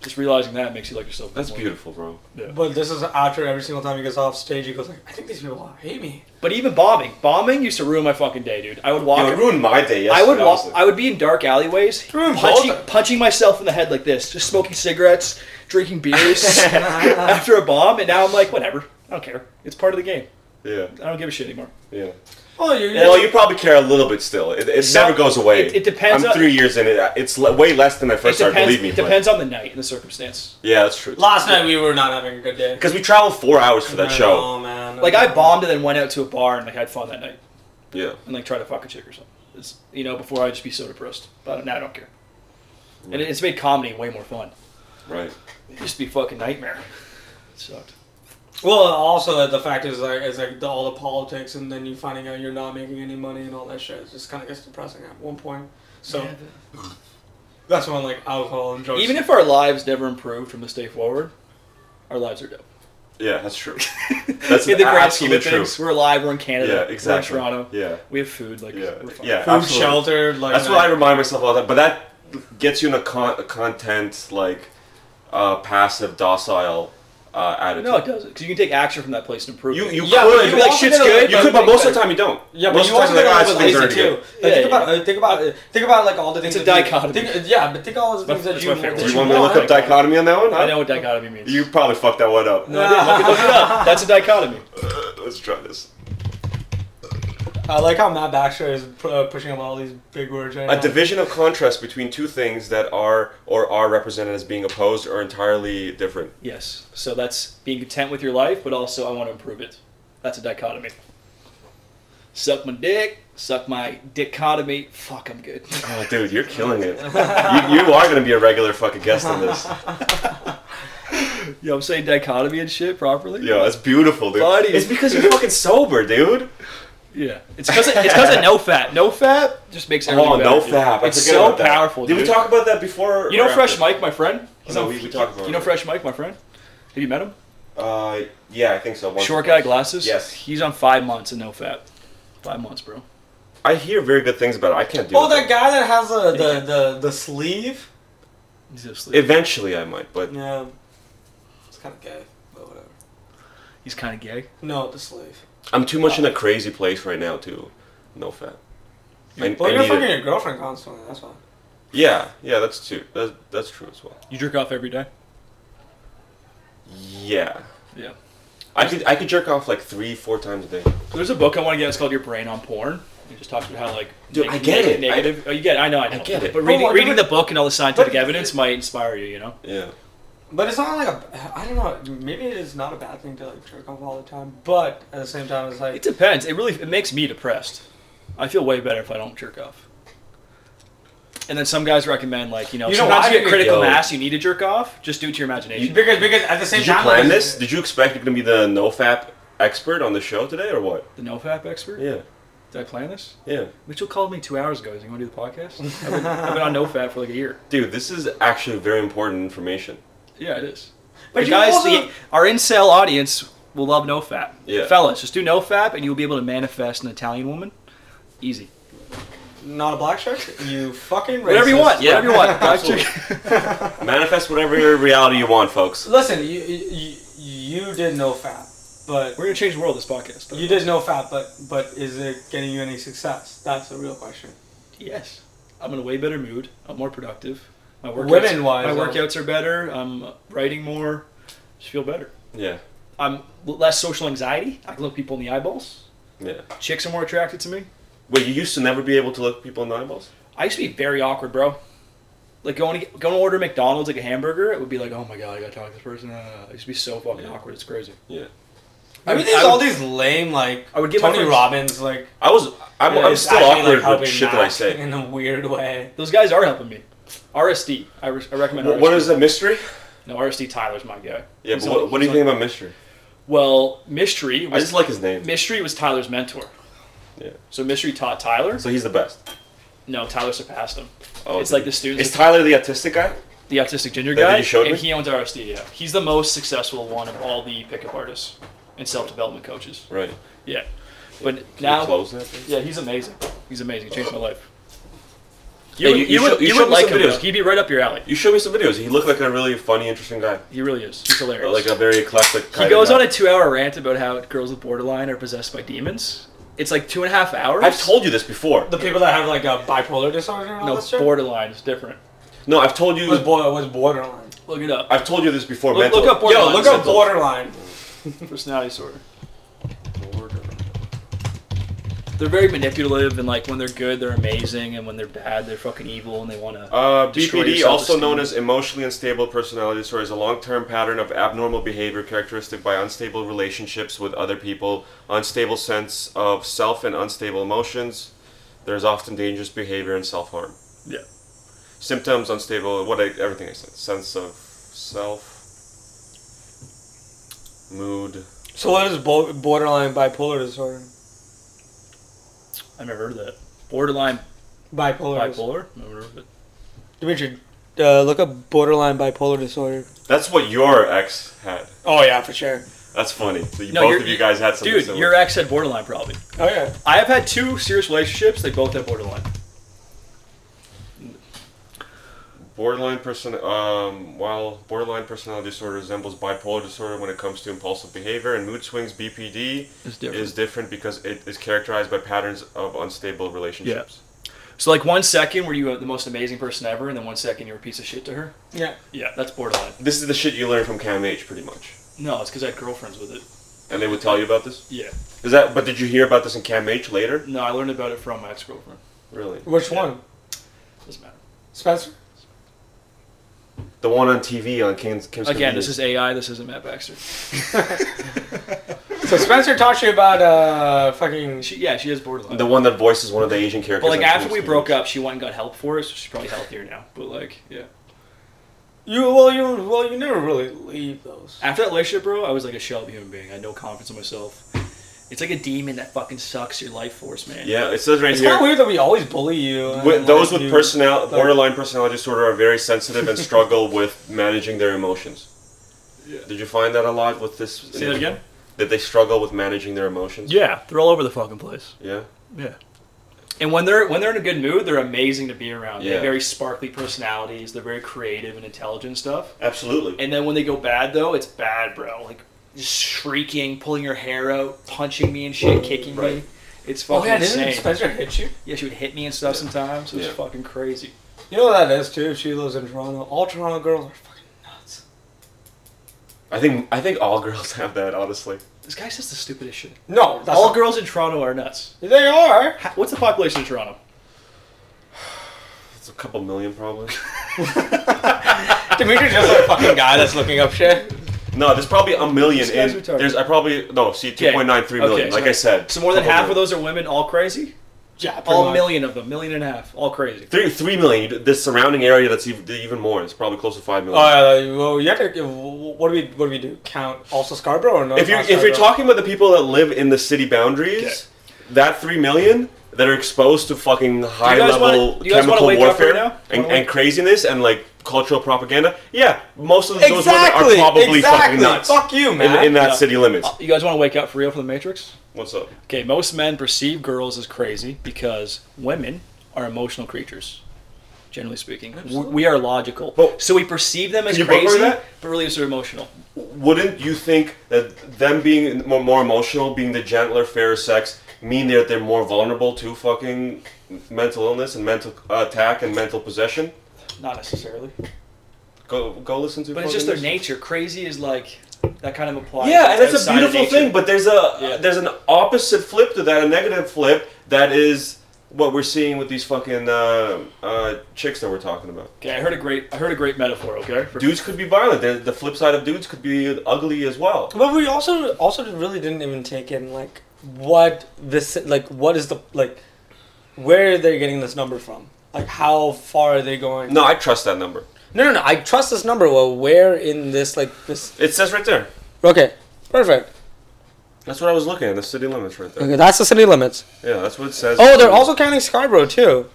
just realizing that makes you like yourself. That's more. beautiful, bro. But this is after every single time he gets off stage, he goes like, "I think these people all hate me." But even bombing. Bombing used to ruin my fucking day, dude. I would walk. Yeah, it ruined my day. I Yesterday, would walk. honestly. I would be in dark alleyways, ruined both punching, of- punching myself in the head like this, just smoking cigarettes, drinking beers *laughs* *laughs* after a bomb, and now I'm like, whatever. I don't care. It's part of the game. Yeah, I don't give a shit anymore. yeah. Oh, you're, Well, you probably care a little bit still. It, it So- never goes away. it- it depends I'm on- three years in it. It's le- way less than I It first started. depends, Believe me. it but- depends on the night and the circumstance. Yeah, that's true. last night we were not having a good day. Because we traveled four hours for that show. Oh man. Like I bombed and then went out to a bar and like had fun that night Yeah. and like tried to fuck a chick or something. It's, you know, before I'd just be so depressed. But now I don't care. And it- it's made comedy way more fun. Right. It used to be a fucking nightmare. It sucked. Well, also that the fact is like is like the, all the politics, and then you finding out you're not making any money and all that shit. It just kind of gets depressing at one point. So that's when like alcohol and drugs. Even if our lives never improved from this day forward, our lives are dope. Yeah, that's *laughs* true. That's In the grand scheme absolutely of true. things, we're alive. We're in Canada. Yeah, exactly. We're in Toronto. Yeah. We have food. Like Yeah. we're fine. Yeah. food absolutely. shelter, like That's what I remind myself all the time. But that gets you in a, con- a content like uh, passive, docile uh, attitude. No, it doesn't. Because you can take action from that place and improve. you it. you Yeah, but could you like also shit's gotta- good. You but could, but make most of better. the time you don't. Yeah, but most of you the also time you're gotta like, live "Ah, with things are lazy good." too. Like, Yeah, think yeah. about uh, think about uh, think about like all the things. It's a that you- dichotomy. think- yeah, but think all the things that That's you my favorite that word. Do you you want me to want. *laughs* look up dichotomy on that one? huh? *laughs* I know what dichotomy means. You probably fucked that one up. No, I didn't. Look, it- look it up. *laughs* That's a dichotomy. Let's try this. I like how Matt Baxter is pu- uh, pushing up all these big words right A now. division of contrast between two things that are or are represented as being opposed or entirely different. Yes. So that's being content with your life, but also I want to improve it. That's a dichotomy. Suck my dick. Suck my dichotomy. Fuck, I'm good. *laughs* Oh, dude, you're killing it. you, you are going to be a regular fucking guest on this. Yo, I'm saying dichotomy and shit properly. Yo, that's beautiful, dude. Buddy. It's because you're fucking sober, dude. Yeah. It's because it's because of no fat. No fat just makes everything Oh, better, no dude. fab. I It's forget so about that. powerful, Did dude. we talk about that before? You know or Fresh after? Mike, my friend. No, on- we- we talked about You know it. Fresh Mike, my friend. Have you met him? Uh, yeah, I think so. Once Short guy, glasses. Yes. He's on five months and no fat. Five months, bro. I hear very good things about it. I can't do Oh, it. that guy that has the the the, the sleeve. He's just like, Eventually, I might, but Yeah, it's kind of gay, but whatever. he's kind of gay. No, the sleeve. I'm too much in a crazy place right now to no fat. I, Well, I you're need fucking it. your girlfriend constantly. That's why. Yeah, yeah, that's true. That's, that's true as well. You jerk off every day. Yeah. Yeah. I could I could jerk off like three, four times a day. There's a book I want to get. It's called Your Brain on Porn. It just talks about how like Dude, neg- I get neg- it. negative. oh, you get. It. I know. I, know. get it. Oh, But reading, But- reading the book and all the scientific but- evidence might inspire you. You know. Yeah. But it's not like a. I don't know. Maybe it's not a bad thing to like jerk off all the time. But at the same time, it's like It depends. It really it makes me depressed. I feel way better if I don't jerk off. And then some guys recommend like you know You know sometimes why? you get critical Yo. mass. You need to jerk off. Just do it to your imagination. because because at the same Did you time, plan like- this? Did you expect you're gonna be the nofap expert on the show today or what? the nofap expert. Yeah. Did I plan this? Yeah. Mitchell called me two hours ago. He's like, "You want to do the podcast?" I've been, I've been on nofap for like a year. Dude, this is actually very important information. Yeah, it is. But But you guys, also- the, our incel audience will love no fap. Yeah. Fellas, just do no fap and you'll be able to manifest an Italian woman. Easy. not a black shark. You fucking racist. Whatever you want. Yeah. Whatever you want. Absolutely. Manifest whatever *laughs* reality you want, folks. Listen, you you, you did no fat, but *laughs* We're going to change the world this podcast. you did no fat, but but is it getting you any success? That's the real question. Yes. I'm in a way better mood. I'm more productive. My workouts, Women-wise, my um, workouts are better. I'm writing more. Just feel better. Yeah. I'm less social anxiety. I can look people in the eyeballs. Yeah. Chicks are more attracted to me. Wait, you used to never be able to look people in the eyeballs? I used to be very awkward, bro. Like going to get, going to order McDonald's like a hamburger, it would be like, oh my god, I gotta talk to this person. Uh, I used to be so fucking Yeah. awkward. It's crazy. Yeah. I mean, would- there's I would- all these lame like I would get my Tony friends- Robbins like. I was I'm, I'm is still actually, like, awkward helping with shit that I Matt say. in a weird way. Those guys are helping me. RSD, I, re- I recommend. What RSD. what is a mystery? No, RSD Tyler's my guy. Yeah, He's but on- what, what do you he's think on- about mystery? Well, Mystery I was just like his name. Mystery was Tyler's mentor. Yeah. So Mystery taught Tyler. So he's the best. No, Tyler surpassed him. Oh, It's like the students- Is Tyler the autistic guy? The autistic ginger That guy, you showed and me? he owns our studio. He's the most successful one of all the pickup artists and self-development coaches. Right. Yeah. But Can you now, close that thing? yeah, he's amazing. He's amazing. Changed my life. Yeah, you- you show- you showed me some videos. though. He'd be right up your alley. You showed me some videos. He looked like a really funny, interesting guy. He really is. He's hilarious. Like a very eclectic. he kind goes of on guy. a two-hour rant about how girls with borderline are possessed by demons. It's like two and a half hours. I've told you this before. The people that have like a bipolar disorder and all No, that shit. borderline is different. No, I've told you. was, bo- was borderline. Look it up. I've told you this before. Look- mental- look up Yo, Borderline. look up Mental- borderline. Personality disorder. They're very manipulative, and like when they're good, they're amazing, and when they're bad, they're fucking evil, and they want to. Uh, Destroy BPD, your also known as self-esteem. emotionally unstable personality disorder, is a long-term pattern of abnormal behavior characteristic by unstable relationships with other people, unstable sense of self, and unstable emotions. There's often dangerous behavior and self-harm. yeah. Symptoms: unstable, what I, everything I said, sense of self, mood. So what is bo- borderline bipolar disorder? I never heard of that. Borderline Bipolar. disorder. bipolar. Never heard of it. Dimitri, uh, look up borderline bipolar disorder. That's what your ex had. Oh yeah, for sure. That's funny. So you, No, both you're- of you guys had something Dude, similar. your ex had borderline probably. Oh yeah. I have had two serious relationships. They both had borderline. Borderline person, um, while borderline personality disorder resembles bipolar disorder when it comes to impulsive behavior and mood swings, BPD It's different. is different because it is characterized by patterns of unstable relationships. So like one second were you the most amazing person ever, and then one second you were a piece of shit to her. Yeah. Yeah, that's borderline. This is the shit you learn from Cam H, pretty much. No, it's because I had girlfriends with it. And they would tell you about this. Yeah. Is that? But did you hear about this in Cam H later? No, I learned about it from my ex-girlfriend. Really? Which Yeah. one? Doesn't matter. Spencer. The one on TV on Kim's. Kim's Again, Convenience. this is AI. This isn't Matt Baxter. So Spencer talked to you about uh fucking. She, yeah, she has borderline. the one that voices one of the Asian characters. but like on after Kim's we broke Convenience. up, she went and got help for it, so she's probably healthier now. But like, yeah. You well you well you never really leave those. After that relationship, bro, I was like a shell of a human being. I had no confidence in myself. It's like a demon that fucking sucks your life force, man. Yeah, it says right It's here. kind of weird that we always bully you. and, With, like, those with you- personal borderline personality disorder are very sensitive and struggle *laughs* with managing their emotions. Yeah. Did you find that a lot with this? Say that again. That they struggle with managing their emotions. Yeah, they're all over the fucking place. Yeah. Yeah. And when they're when they're in a good mood, they're amazing to be around. They Yeah. have very sparkly personalities. They're very creative and intelligent and stuff. Absolutely. And then when they go bad though, it's bad, bro. Like just shrieking, pulling your hair out, punching me and shit, kicking me. Right. It's fucking Oh yeah, didn't insane. Spencer hit you? yeah, she would hit me and stuff sometimes. It was Yeah. fucking crazy. You know what that is too. She lives in Toronto. All Toronto girls are fucking nuts. I think I think all girls *laughs* have that. Honestly, This guy says the stupidest shit. No, that's All not- girls in Toronto are nuts. They are. Ha- What's the population in Toronto? it's a couple million probably. Dimitri's just a fucking guy that's looking up shit. no, there's probably a million. *laughs* This guy's In, retarded. there's I probably no. See, Okay. two point nine three million. Okay, like so- I said. So more than couple half of million. those are women, all crazy. Yeah, All million of them, million and a half, all crazy. Three three million. you- The surrounding area that's even, even more. It's probably close to five million. Oh yeah, well, you have to. What do we? What do we do? Count also Scarborough or no? if you not if you're Scarborough? talking about the people that live in the city boundaries, that three million that are exposed to fucking high guys wanna- level do you guys wanna chemical wake up warfare right now? and, Wanna and craziness and like cultural propaganda, yeah, most of those exactly, women are probably exactly. fucking nuts Fuck you, in, man. in that Yeah. city limits. Uh, You guys want to wake up for real for the Matrix? What's up? Okay, most men perceive girls as crazy because women are emotional creatures. Generally speaking, we, we are logical, But- so we perceive them as you borrow crazy, that? but really they're emotional. Wouldn't you think that them being more, more emotional, being the gentler, fairer sex, mean that they're more vulnerable to fucking mental illness and mental uh, attack and mental possession? Not necessarily, Go go listen to. but it's fucking just their this. nature. Crazy is like that kind of applies. Yeah, and It's that's a outside of beautiful nature. thing. But there's a Yeah. there's an opposite flip to that, a negative flip that is what we're seeing with these fucking uh, uh, chicks that we're talking about. Okay, I heard a great, I heard a great metaphor. Okay, for- Dudes could be violent. The, the flip side of dudes could be ugly as well. But we also also really didn't even take in like what this like what is the like where are they getting this number from? Like how far are they going? No, I trust that number. no, no. no I trust this number. Well, where in this like this? It says right there. Okay, perfect. That's what I was looking at. The city limits right there. Okay, that's the city limits. Yeah, that's what it says. Oh, they're also counting Scarborough too.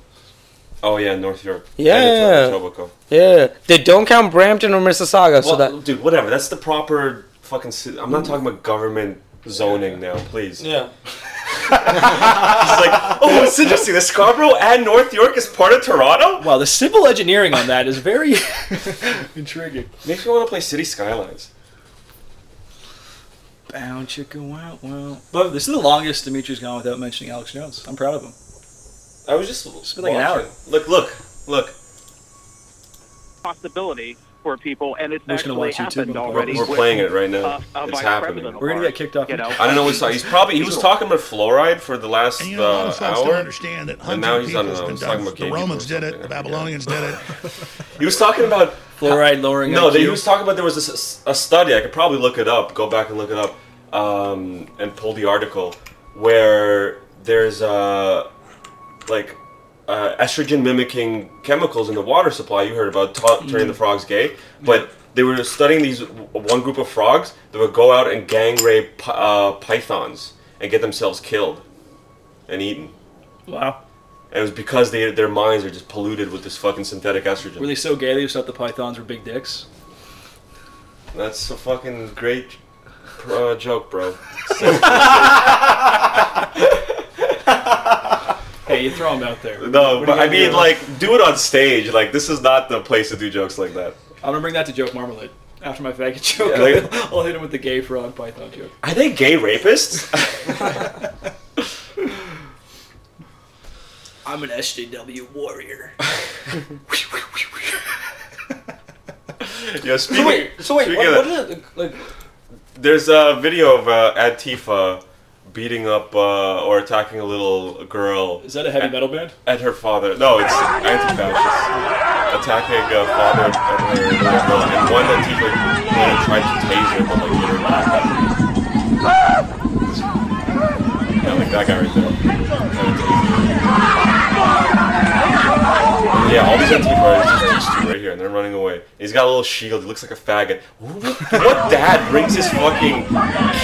Oh yeah, North York. Yeah. And Etobicoke. Yeah, they don't count Brampton or Mississauga. Well, so that dude, whatever. That's the proper fucking. ci- I'm not talking about government zoning now, please. yeah, It's like, oh, it's interesting. The Scarborough and North York is part of Toronto. Wow, the civil engineering on that is *laughs* very intriguing. Makes me want to play City Skylines. Bound chicken, wow, wow. But this is the longest Dimitri's gone without mentioning Alex Jones. I'm proud of him. I was just. been like an watching. hour. Look, look, look. possibility for people, and it's We're just gonna actually watch YouTube happened and- already. We're, we're with, playing it right now. uh, a it's vice happening. president We're gonna of get kicked off. ours, You know, I don't know what he's talking. He's probably he was talking about fluoride for the last And you know, a lot uh, of folks don't hour. understand that And hunting now he's on people's the- been he's talking done. about The gay Romans people or did it. something. The Babylonians did *laughs* it. He was talking about Fluoride lowering No, IQ. they was talking about there was this, a study. I could probably look it up. Go back and look it up, um, and pull the article where there's uh, like uh, estrogen mimicking chemicals in the water supply. You heard about ta- turning Mm. the frogs gay, but they were studying these one group of frogs that would go out and gang rape pi- uh, pythons and get themselves killed and eaten. wow. And it was because they, their minds are just polluted with this fucking synthetic estrogen. Were they so gay they just thought the pythons were big dicks? That's a fucking great uh, joke, bro. Hey, you throw them out *laughs* there. *laughs* No, What but are I you gonna mean, do? like, do it on stage. Like, this is not the place to do jokes like that. I'm gonna bring that to joke marmalade after my faggot joke. Yeah, like- *laughs* I'll hit him with the gay frog python joke. Are they gay rapists? I'm an SJW warrior. *laughs* *laughs* yeah, speaking, So wait, so wait, speaking what, of that, what is it like? there's a video of uh, Antifa beating up uh, or attacking a little girl Is that a heavy metal band? at her father. No, it's anti-fascist. Attacking a uh, father and her little girl. And one Antifa uh, tried to tase her, but, like, hit her back. Yeah, like that guy right there. Yeah, all these Antifa is just these two right here, and they're running away. He's got a little shield. He looks like a faggot. What dad brings his fucking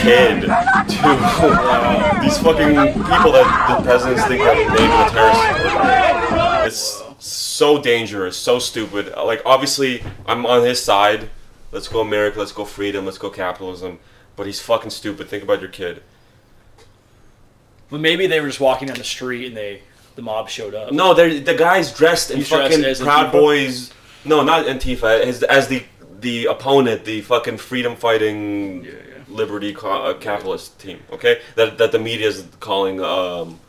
kid to uh, *laughs* these fucking people that the presidents think have labeled terrorists? It's so dangerous, so stupid. Like, obviously, I'm on his side. Let's go America. Let's go freedom. Let's go capitalism. But he's fucking stupid. Think about your kid. Well, maybe they were just walking down the street and they the mob showed up. No, they're, the guy's dressed in He's dressed fucking as Proud Antifa? Boys. No, not Antifa. As, as the the opponent, the fucking freedom fighting, liberty co- uh, capitalist team. Okay, that that the media is calling. Um,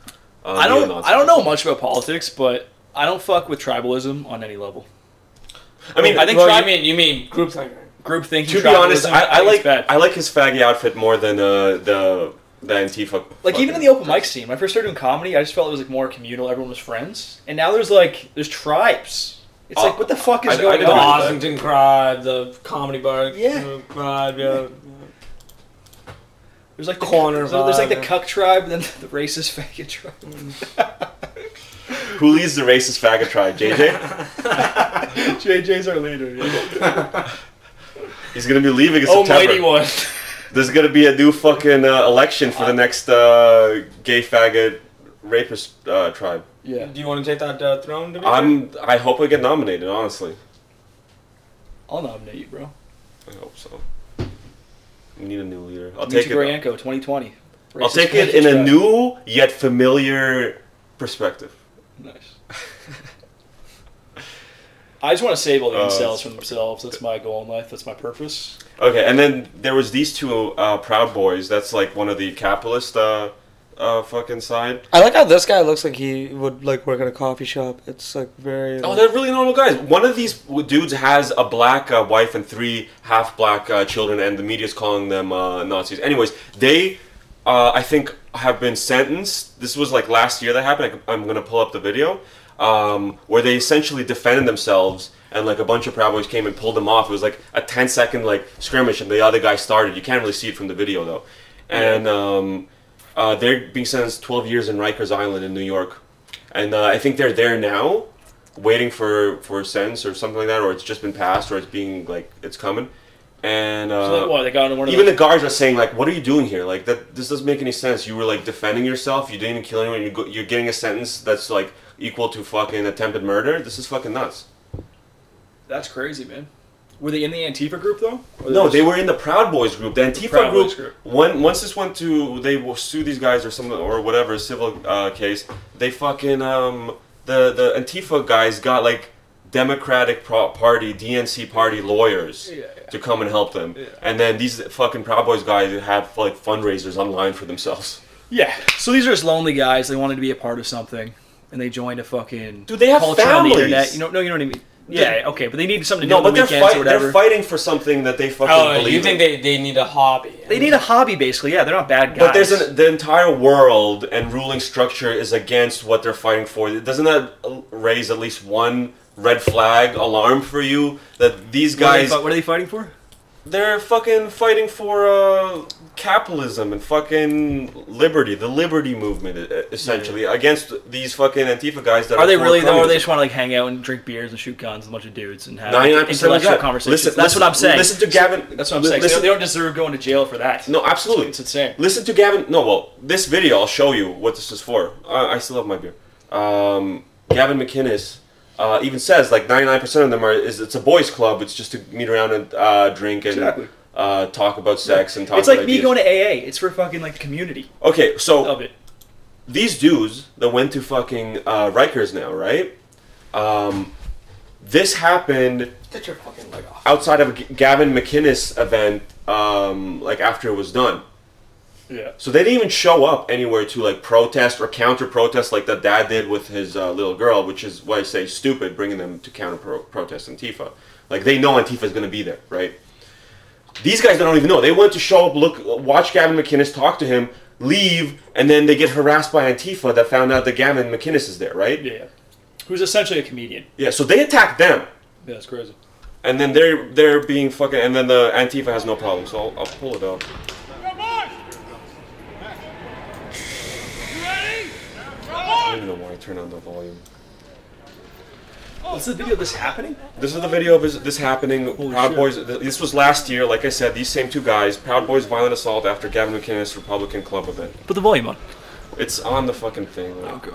uh, I don't. neo-Nazis. I don't know much about politics, but I don't fuck with tribalism on any level. I mean, I think Well, tri- you mean you mean group thing? group thinking. to be honest, tribalism, I, I think it's like bad. I like his faggy outfit more than uh, the the Antifa. like even in fucking- the open mic scene. When I first started doing comedy, I just felt it was like more communal. Everyone was friends, and now there's like there's tribes. It's Oh, like what the fuck I- is I going The agree with on? that. Ossington crowd, the comedy bar Yeah. crowd, yeah. There's like the Corner There's, there's like the vibe. cuck tribe, and then the racist *laughs* faggot tribe. who leads the racist faggot tribe? *laughs* JJ. JJ's our leader. Yeah. He's gonna be leaving in September. Almighty one. There's gonna be a new fucking uh, election for the next uh, gay faggot rapist uh, tribe. yeah. Do you want to take that uh, throne? Dimitri? I'm. I hope I get nominated. Honestly, *laughs* I'll nominate you, bro. I hope so. We need a new leader. I'll Mitch take it. Gorienko, 2020. I'll Racist take it faggot in a tribe. new yet familiar perspective. Nice. I just want to save all the Uh, incels from themselves. That's my goal in life. That's my purpose. Okay, and then there was these two uh, Proud Boys. That's like one of the capitalist uh, uh, fucking side. I like how this guy looks like he would like work at a coffee shop. It's like very. Oh, they're really normal guys. One of these w- dudes has a black uh, wife and three half black uh, children, and the media's calling them uh, Nazis. Anyways, they, uh, I think, have been sentenced. This was like last year that happened. I c- I'm going to pull up the video um, where they essentially defended themselves. And like a bunch of Proud Boys came and pulled them off. It was like a 10 second like skirmish, and the other guy started. You can't really see it from the video though. And um, uh, they're being sentenced 12 years in Rikers Island in New York, and uh, I think they're there now, waiting for for a sentence or something like that, or it's just been passed, or it's being like it's coming. and uh, So like, what they got into one of even those- the guards are saying like, "What are you doing here? Like that this doesn't make any sense. You were like defending yourself. You didn't kill anyone. You go, you're getting a sentence that's like equal to fucking attempted murder. This is fucking nuts." that's crazy, man. Were they in the Antifa group though? Or No, just- they were in the Proud Boys group. The Antifa Proud group, Boys group. When once this went to they will sue these guys or some or whatever civil uh, case. They fucking um the the Antifa guys got like Democratic pro- Party DNC party lawyers Yeah, yeah. to come and help them. Yeah. And then these fucking Proud Boys guys have like fundraisers online for themselves. Yeah. So these are just lonely guys. They wanted to be a part of something, and they joined a fucking Dude, they have culture on the internet. families. You know, no, you know what I mean. Yeah, okay, but they need something to do No, on but the they're, weekends fight- or they're whatever. fighting for something that they fucking Oh, believe. you think in. they, they need a hobby? they need a hobby, basically. Yeah, they're not bad guys. But there's an, the entire world and ruling structure is against what they're fighting for. Doesn't that uh, raise at least one red flag alarm for you that these What are they guys fi- What are they fighting for? they're fucking fighting for uh, capitalism and fucking liberty, the liberty movement e- essentially against these fucking Antifa guys that are, Are they for really though? Or communism. they just want to like hang out and drink beers and shoot guns with a bunch of dudes and 99% have of intellectual that. conversations? Listen- that's listen- what I'm saying. Listen to Gavin. That's what I'm saying. They don't- Listen- they don't deserve going to jail for that. no, absolutely. it's insane. Listen to Gavin. No, well, this video I'll show you what this is for. I, I still have my beer. Um, Gavin McInnes uh, even says like 99% of them are. Is, it's a boys' club. It's just to meet around and uh, drink and Exactly. uh, talk about sex and talk. It's like about me ideas. going to AA. It's for fucking like the community Okay, so of it. these dudes that went to fucking uh, Rikers now, right? Um, this happened Get your fucking leg off. outside of a G- Gavin McInnes event, um, like after it was done. Yeah. So they didn't even show up anywhere to like protest or counter protest like that dad did with his uh, little girl, which is why I say stupid bringing them to counter pro- protest Antifa. Like they know Antifa is going to be there, right? These guys don't even know. They went to show up, look, watch Gavin McInnes, talk to him, leave, and then they get harassed by Antifa that found out that Gavin McInnes is there, right? Yeah. Who's essentially a comedian. Yeah. So they attack them, Yeah, that's crazy. and then they're they're being fucking, and then the Antifa has no problem. So I'll, I'll pull it up. I don't even know why I turned on the volume. What's the video of Oh, this happening? This is the video of this, this happening. Proud shit. Boys. th- This was last year. Like I said, these same two guys, Proud Boys, violent assault after Gavin McInnes Republican Club event. Put the volume on. It's on the fucking thing. Like,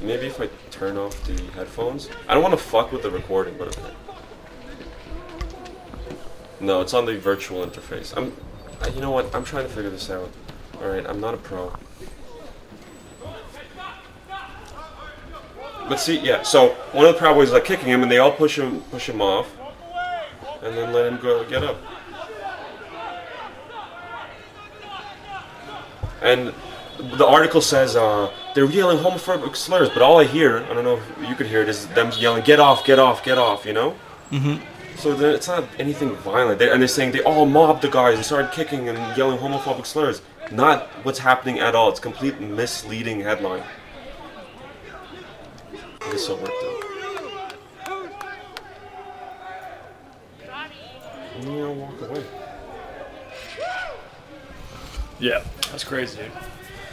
Maybe if I turn off the headphones. I don't want to fuck with the recording, but okay. No, it's on the virtual interface. I'm. I, you know what? I'm trying to figure this out. All right, I'm not a pro. But see, yeah. So one of the Proud Boys is like kicking him, and they all push him, push him off, and then let him go get up. And the article says uh, they're yelling homophobic slurs, but all I hear, I don't know if you could hear it, is them yelling "Get off! Get off! Get off!" You know. Mm-hmm. So then it's not anything violent, they and they're saying they all mobbed the guys and started kicking and yelling homophobic slurs. Not what's happening at all. It's complete misleading headline. I get so worked up. I'm gonna walk away. Yeah, that's crazy, dude.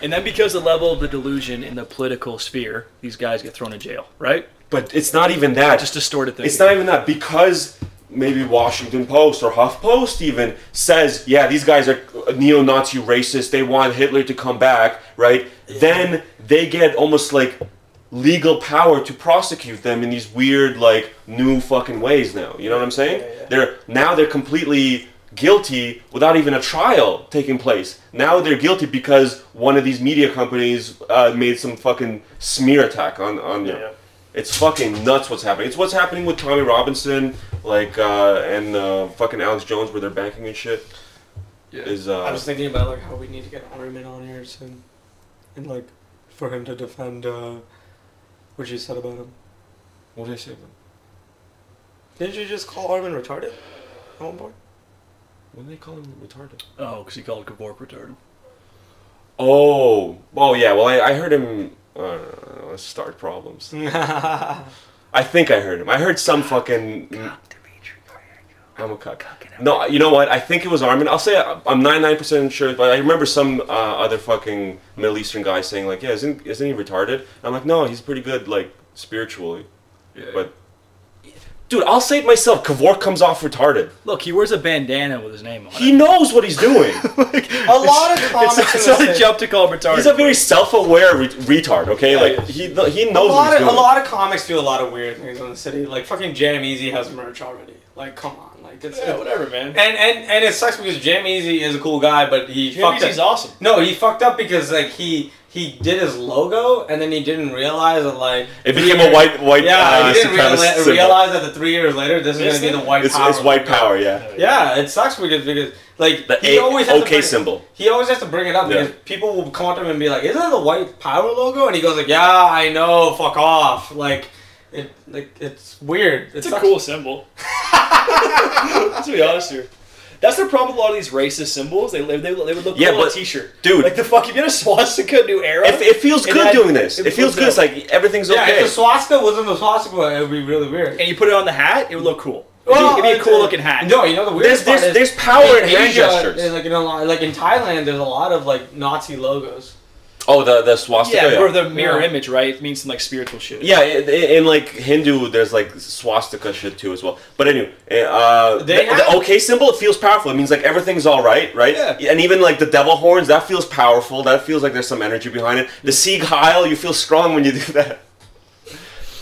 And then because the level of the delusion in the political sphere, these guys get thrown in jail, right? But it's not even that. Just distorted things. It's not even that because maybe Washington Post or HuffPost even says, yeah, these guys are neo-Nazi racists. They want Hitler to come back, right? Then they get almost like legal power to prosecute them in these weird like new fucking ways now. You know what I'm saying? They're now they're completely guilty without even a trial taking place. Now they're guilty because one of these media companies uh, made some fucking smear attack on on them. Yeah. It's fucking nuts what's happening. It's what's happening with Tommy Robinson, like, uh, and uh, fucking Alex Jones, where they're banking and shit. Is uh, I was thinking about like how we need to get Armin on here soon, and like for him to defend uh, what you said about him. what did I say? About? Didn't you just call Armin retarded at one point? What did they call him retarded? Oh, because he called Gavork retarded. Oh, oh yeah. Well, I, I heard him. I don't know. Let's start problems. I think I heard him. I heard some fucking. I'm a cuck. No, you know what? I think it was Armin. I'll say I- I'm 99% sure, but I remember some uh, other fucking Middle Eastern guy saying like, "Yeah, isn't isn't he retarded?" And I'm like, "No, he's pretty good, like spiritually." But Dude, I'll say it myself. Kevork comes off retarded. Look, he wears a bandana with his name on He it. knows what he's doing. *laughs* A lot of comics. It's, are it's the not a same. jump to call him retarded. He's a very self-aware re- retard. Okay, like he kn- he A knows what lot, he's of, a doing. lot of comics do a lot of weird things on the city. Like fucking Jam Easy has merch already. Like come on, like it's Yeah, whatever, man. And and and it sucks because Jam Easy is a cool guy, but he fucked Jamie's up. awesome. No, he fucked up because like he he did his logo and then he didn't realize that like It became a white white yeah uh, he didn't supremacist realize, symbol. realize that the three years later this is This gonna be thing? the white It's, power. it's white power. Yeah, Yeah, it sucks because because like the he A- always has to OK bring- symbol. He always has to bring it up Yeah. because people will come up to him and be like, "Isn't that the white power logo?" And he goes like, "Yeah, I know. Fuck off." Like, it like it's weird. It It's a sucks. cool *laughs* symbol. to be honest here. That's the problem with a lot of these racist symbols. They they, they would look Yeah, cool on a but- t-shirt. dude. Like the fuck, you get a swastika new era. It, it feels It good had- doing this. it It, feels was good. It's dope. like everything's Yeah, okay. if the swastika wasn't the swastika, it would be really weird. and you put it on the hat, it would look cool. It'd, Well, be, it'd be a Oh, it's cool looking hat. No, you know the there's weirdest part there's is there's power in in hand Asia, gestures. and, like in a lot, like in Thailand, there's a lot of like Nazi logos. oh, the the swastika. yeah, or the mirror Yeah. image, right? It means some like spiritual shit. Yeah, in, in like Hindu, there's like swastika shit too as well. But anyway, uh, the, They the have- OK symbol it feels powerful. It means like everything's all right, right? Yeah. And even like the devil horns, that feels powerful. That feels like there's some energy behind it. The Sieg Heil, you feel strong when you do that.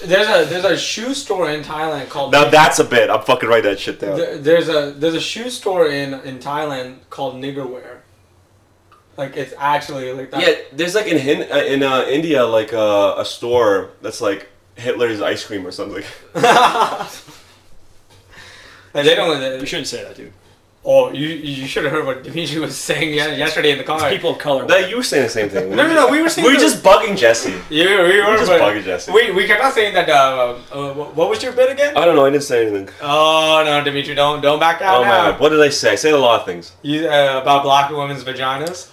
There's a there's a shoe store in Thailand called Now that's a bit. I'm fucking write that shit down. There- There's a there's a shoe store in in Thailand called Niggerware. Like it's actually like that. yeah, there's like in Hin- uh, in uh, India like uh, a store that's like Hitler's ice cream or something. Like, they don't. You They, shouldn't say that, dude. oh, you you should have heard what Dimitri was saying ye- yesterday in the car. People of color. That you were saying the same thing. No, no, no. We were saying. We're that- just bugging Jesse. You, we were, just but- bugging Jesse. We we kept on saying that. Uh, uh, wh- what was your bid again? I don't know. I didn't say anything. Oh no, Dimitri, don't don't back down. Oh now. man, what did I say? I said a lot of things. You uh, about black women's vaginas.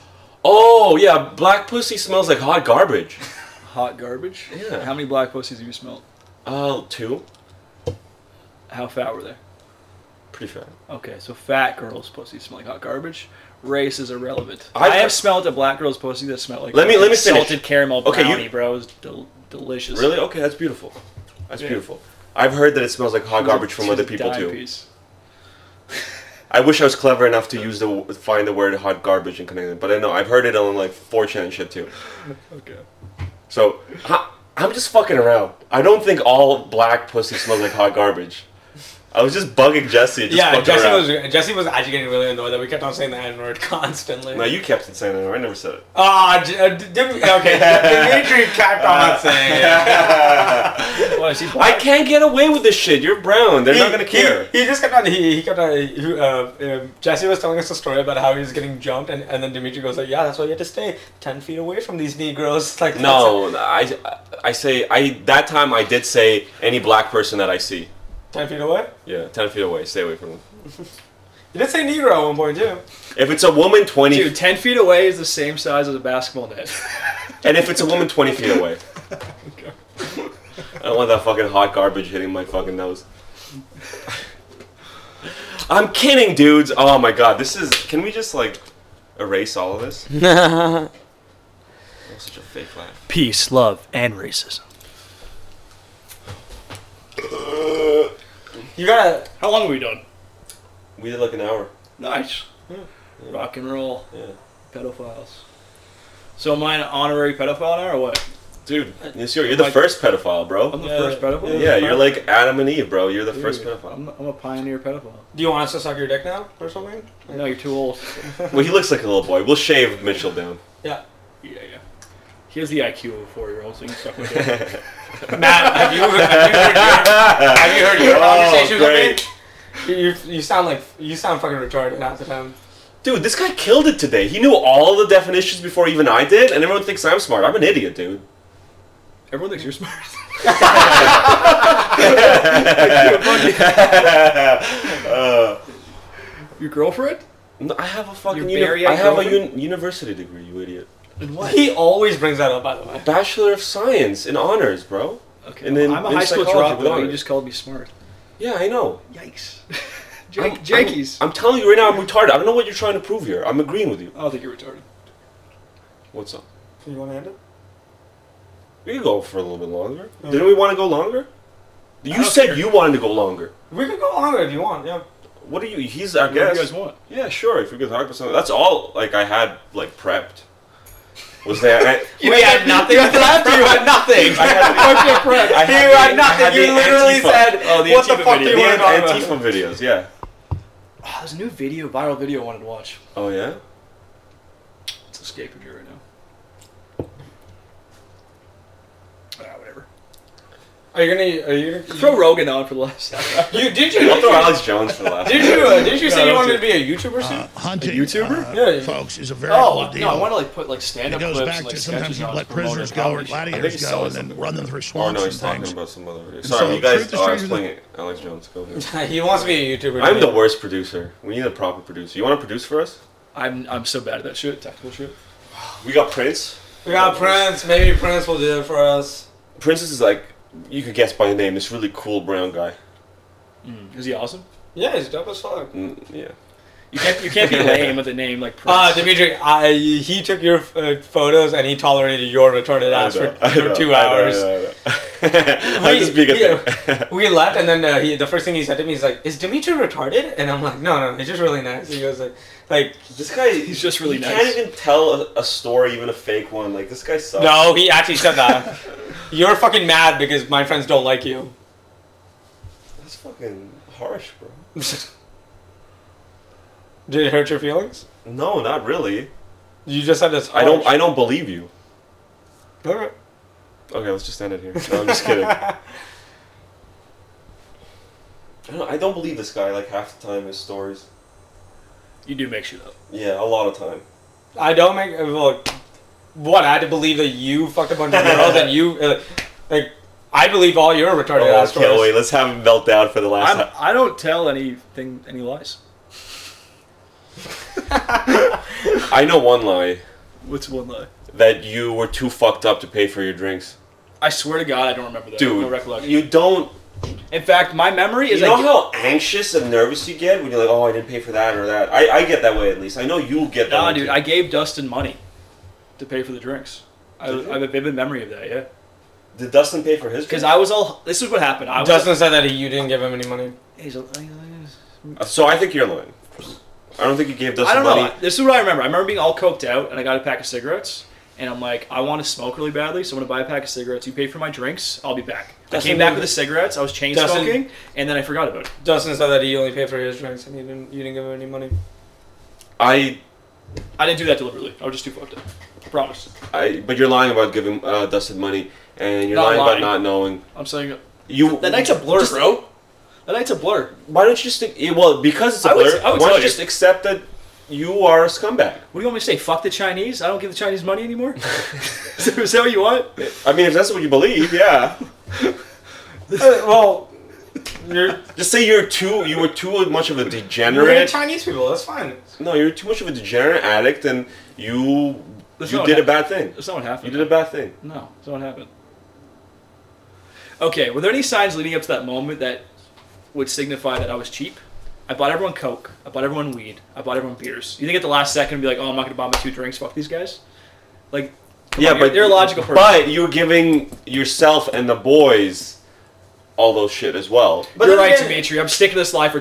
Oh yeah, black pussy smells like hot garbage. Hot garbage. Yeah. How many black pussies have you smelled? Uh, two. How fat were they? Pretty fat. Okay, so fat girls' pussies smell like hot garbage. Race is irrelevant. I've- I have smelled a black girl's pussy that smelled like Let me- let me salted finish. caramel Okay, brownie, you- bro. It was del- delicious. Really? Okay, that's beautiful. That's beautiful. I've heard that it smells like hot She was a- garbage from she was other a people dime too. piece. I wish I was clever enough to use the find the word hot garbage in Canadian, but I know I've heard it on like 4chan and shit too. Okay. So I, I'm just fucking around. I don't think all black pussy smells like hot garbage. I was just bugging Jesse. Just yeah, fucking Jesse around. was Jesse was actually getting really annoyed that we kept on saying the N word *laughs* constantly. No, you kept saying that. I never said it. Ah, J- uh, D- *laughs* Dim- okay. Dimitri kept Uh, on saying it. Well, is he I black? can't get away with this shit. You're brown. They're not gonna He- care. He, he just kept on. He, he kept on. He, uh, um, Jesse was telling us a story about how he was getting jumped, and, and then Dimitri goes like, "Yeah, that's why you had to stay ten feet away from these Negroes." *laughs* Like No, I, I say I that time I did say any black person that I see. that's it. ten feet away. Yeah, ten feet away. Stay away from them. You did say Negro at one point too. If it's a woman, twenty, Dude, ten feet away is the same size as a basketball net. and if it's a woman, twenty feet away. I don't want that fucking hot garbage hitting my fucking nose. I'm kidding, dudes. Oh my god, this is. Can we just like erase all of this? That was such a fake laugh. Peace, love, and racism. You gotta. How long are we done? We did like an hour. Nice. Rock and roll. Yeah. Pedophiles. So am I an honorary pedophile now, or what? Dude, this year, you're the Like- first pedophile, I'm the bro. first pedophile. Yeah, you're like Adam and Eve, bro. You're the first pedophile. I'm, I'm a pioneer pedophile. Do you want us to suck your dick now or something? No, you're too *laughs* old. Well, he looks like a little boy. We'll shave Mitchell *laughs* down. *laughs* Yeah. Yeah, yeah. He has the IQ of a four-year-old, so you can suck my dick. *laughs* Matt, have you, have you heard your, have you heard your conversation Oh, great. with me? You, you- you sound like you sound fucking retarded half the time. Dude, this guy killed it today. He knew all the definitions before even I did, and everyone thinks I'm smart. I'm an idiot, dude. Everyone thinks *laughs* you're smart. *laughs* *laughs* Uh, Your girlfriend? no, I have a fucking Your uni- Barry I have a Eckhoven? un- university degree, you idiot. And what? He always brings that up, by the way. Bachelor of Science in honors, bro. Okay. And then- I'm a then high school psychology dropout. with honors. You just called me smart. Yeah, I know. *laughs* Yikes. I'm- Jake, Jakey's. I'm, I'm telling you right now, I'm retarded. I don't know what you're trying to prove here. I'm agreeing with you. I don't think you're retarded. What's up? You want to end it? Oh, We can go for a little bit longer. Didn't we want to go longer? You said you wanted to go longer. We could go longer if you want. Yeah. What are you? He's our What do guest. you guys want? Yeah, sure. If we could talk about something, that's all. Like I had like prepped. Was that? I, we had nothing. *laughs* You had *laughs* nothing. *laughs* I had the- I You had the- had nothing. I had You the literally Antifa- said, oh, the "What the Antifa fuck do video. you wanna The talk about?" Antifa videos, yeah. Oh, there's a new video, viral video I wanted to watch. Oh yeah. It's escaping me right now. Ah, whatever. Are you gonna? Are you gonna? Throw Rogan on for the last hour. You did you? I'll throw Alex Jones for the last. Did you? Uh, did you say No, you don't wanted do to be a YouTuber? soon? hunting, YouTuber? uh, Yeah. folks, is a very *laughs* Oh, old no, deal. I want to like put like stand it up goes clips back and like to sketches sometimes you on let to promote prisoners our go or comedy show. gladiators he's go selling and then something. run them through Oh swamps no, and he's talking things. about some other video. And Sorry, so you guys truth is are stranger than- explaining it. Alex Jones, go ahead. he wants to be a YouTuber. I'm the worst producer. We need a proper producer. You want to produce for us? I'm I'm so bad at that shit, technical shit. We got Prince. We got Prince. Maybe Prince will do it for us. Prince is like you could guess by name. This really cool brown guy. Is he awesome? Yeah, he's dope as fuck. Mm, yeah. You can't you *laughs* can't be lame with a name like Prince. Ah, Dimitri, I, he took your uh, photos and he tolerated your retarded I ass for, know, I for know, two I know, I hours. *laughs* know, I know. *laughs* I'm just being a yeah. dick. *laughs* We left, and then uh, he, the first thing he said to me is like, "Is Dimitri retarded?" And I'm like, "No, no, he's just really nice." He goes like, "Like, This *laughs* guy, He's just really he nice. can't even tell a, a story, even a fake one. Like this guy sucks. no, he actually said that." *laughs* You're fucking mad because my friends don't like you. that's fucking harsh, bro. Did it hurt your feelings? No, not really. You just said this. I don't. I don't believe you. Okay. Okay, let's just end it here. No, I'm just kidding. I don't, I don't believe this guy. Like half the time, his stories. you do make shit up. Yeah, a lot of time. I don't make well. What I had to believe that you fucked a bunch of girls and you uh, like. I believe all your retarded Oh, ass stories. okay, wait. Let's have him melt down for the last. I'm, I don't tell anything any lies. time. I know one lie What's one lie? that you were too fucked up to pay for your drinks, I swear to God, I don't remember that. dude. no recollection. you don't. In fact, my memory is You know I, how anxious and nervous you get when you're like, oh, I didn't pay for that or that. I, I get that way at least. I know you get that. Nah, way, dude, too. I gave Dustin money to pay for the drinks. I, Did you? I have a vivid memory of that, yeah. Did Dustin pay for his? Because drink? I was all. This is what happened. I was. Justin said that you didn't give him any money. He's a- I So I think you're lying. I don't think you gave Dustin don't money. know. This is what I remember. I remember being all coked out, and I got a pack of cigarettes, and I'm like, I want to smoke really badly, so I'm gonna buy a pack of cigarettes. You pay for my drinks. I'll be back. I Dustin- came back with the cigarettes. I was chain Dustin- smoking, and then I forgot about it. Justin said that he only paid for his drinks and he didn't. You didn't give him any money. I, I didn't do that deliberately. I was just too fucked up. Promise. I, but you're lying about giving uh, Dustin money, and you're Not lying, lying. about not knowing. I'm saying You that night's a blur, Just- bro. That night's a blur. Why don't you just think? eh, Well, because it's a I would- blur. I would why tell don't you you. just accept that you are a scumbag? What do you want me to say? Fuck the Chinese? I don't give the Chinese money anymore? *laughs* is, that- is that what you want? I mean, if that's what you believe, yeah. Uh, well, you're, Just say you're too. You were too much of a you're into degenerate. Chinese people. That's fine. No, you're too much of a degenerate addict, and you That's you not did a what bad thing. That's not what You happened. did a bad thing. No, that's not what happened. Okay, were there any signs leading up to that moment that would signify that I was cheap? I bought everyone Coke. I bought everyone weed. I bought everyone beers. You think at the last second, be like, oh, I'm not going to buy my two drinks. Fuck these guys? Like, come on, you're, you're a logical person. But you're giving yourself and the boys all those shit as well. But you're then right, again- Dimitri. I'm sticking this lie for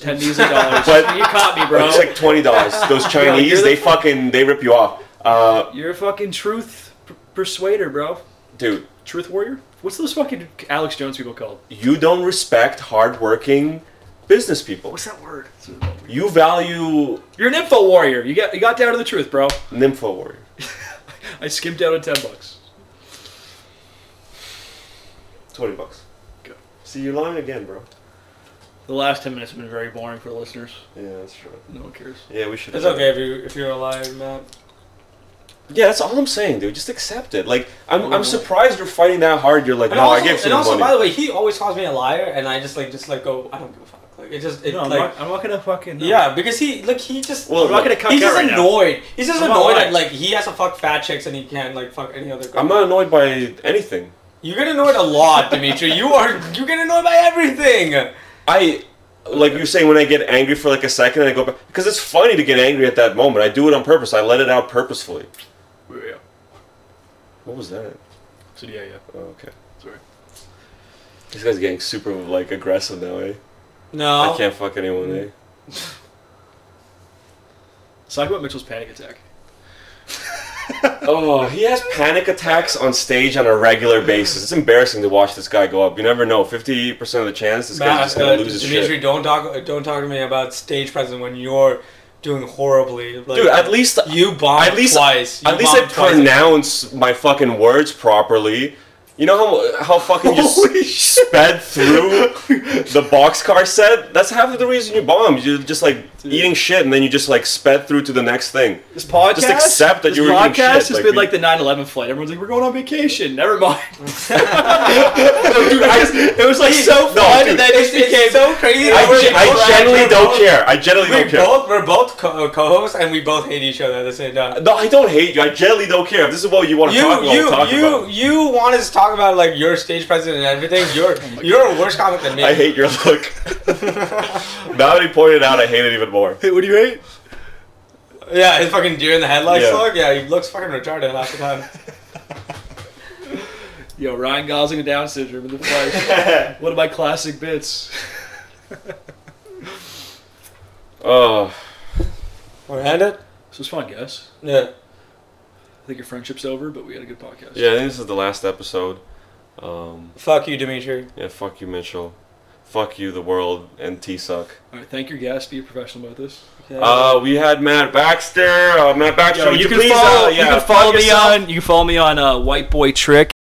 *laughs* 10 easy dollars. But- you caught me, bro. it's like twenty *laughs* dollars. Those Chinese, you're the- they fucking they rip you off. Uh, You're a fucking truth p- persuader, bro. dude, Truth warrior? What's those fucking Alex Jones people called? you don't respect hardworking business people. that word? You value You're an info warrior. You got you got down to the truth, bro. nympho warrior. I skimped out on ten bucks. Twenty bucks. Go. See, you're lying again, bro. The last ten minutes have been very boring for listeners. Yeah, that's true. No one cares. Yeah, we should. It's okay if you if you're alive, Matt. Yeah, that's all I'm saying, dude. Just accept it. Like, I'm, I'm surprised you're fighting that hard. You're like, And no, also, I gave some and also money. by the way, he always calls me a liar, and I just like just like go. I don't give a fuck. Like it just it, No, I'm, like not, I'm not gonna fucking. yeah because he like he just Well, I'm not gonna look, cuck he's out just right now. annoyed. He's just I'm not annoyed lying. at like he has to fuck fat chicks and he can't like fuck any other girl. I'm not annoyed by anything. You get annoyed a lot, Dimitri. You are you get annoyed by everything. I like you're saying when I get angry for like a second and I go back because it's funny to get angry at that moment. I do it on purpose. I let it out purposefully. Yeah. What was that? So yeah, yeah. Oh, okay. Sorry. This guy's getting super like aggressive now, eh? No. I can't fuck anyone, eh? Let's talk about Mitchell's panic attack. Oh, he has panic attacks on stage on a regular basis. It's embarrassing to watch this guy go up. You never know. Fifty percent of the chance this guy's Matt, just gonna uh, lose his Dimitri, shit. don't talk. uh, Don't talk to me about stage presence when you're doing horribly. Like, Dude, at least you bombed at least twice. You at least I bombed twice. pronounce my fucking words properly. You know how how fucking you Holy s- sped through the boxcar set? That's half of the reason you bombed. You're just like eating shit and then you just like sped through to the next thing. This podcast, Just accept that this you were eating podcast shit, has like been we- like the 9/11 flight. Everyone's like, "We're going on vacation." Never mind. Dude, I, *laughs* It was like so No, fun, dude. and then it It's, just became it's so crazy. I, that we're ge- I both- generally we're don't both- care. I generally We're don't care. both we're both co- uh, co-hosts and we both hate each other at the same time. No, I don't hate you. I generally don't care. If this is what you want to Uh, You talk about, you talk you about. you want us to talk about like your stage presence and *laughs* everything. You're you're a worse comic than me. I hate your look. *laughs* now that he pointed out, I hate it even more. *laughs* Hey, what do you hate? Yeah, his fucking deer in the headlights Yeah. look. Yeah, he looks fucking retarded half the *laughs* time. Yo, Ryan Gosling and Down syndrome in the *laughs* flight. One of my classic bits. Oh, We're handed. This was fun, guys. Yeah. I think your friendship's over, but we had a good podcast. yeah. I think this is the last episode. Um, Fuck you, Dimitri. yeah, fuck you, Mitchell. Fuck you, the world, and T suck. All right, thank your guest. Be a professional about this. Yeah. Uh, we had Matt Baxter. Uh, Matt Baxter, Yo, would you, you, can please, follow, uh, yeah, you can follow plug me yourself? on you can follow me on uh, White Boy Trick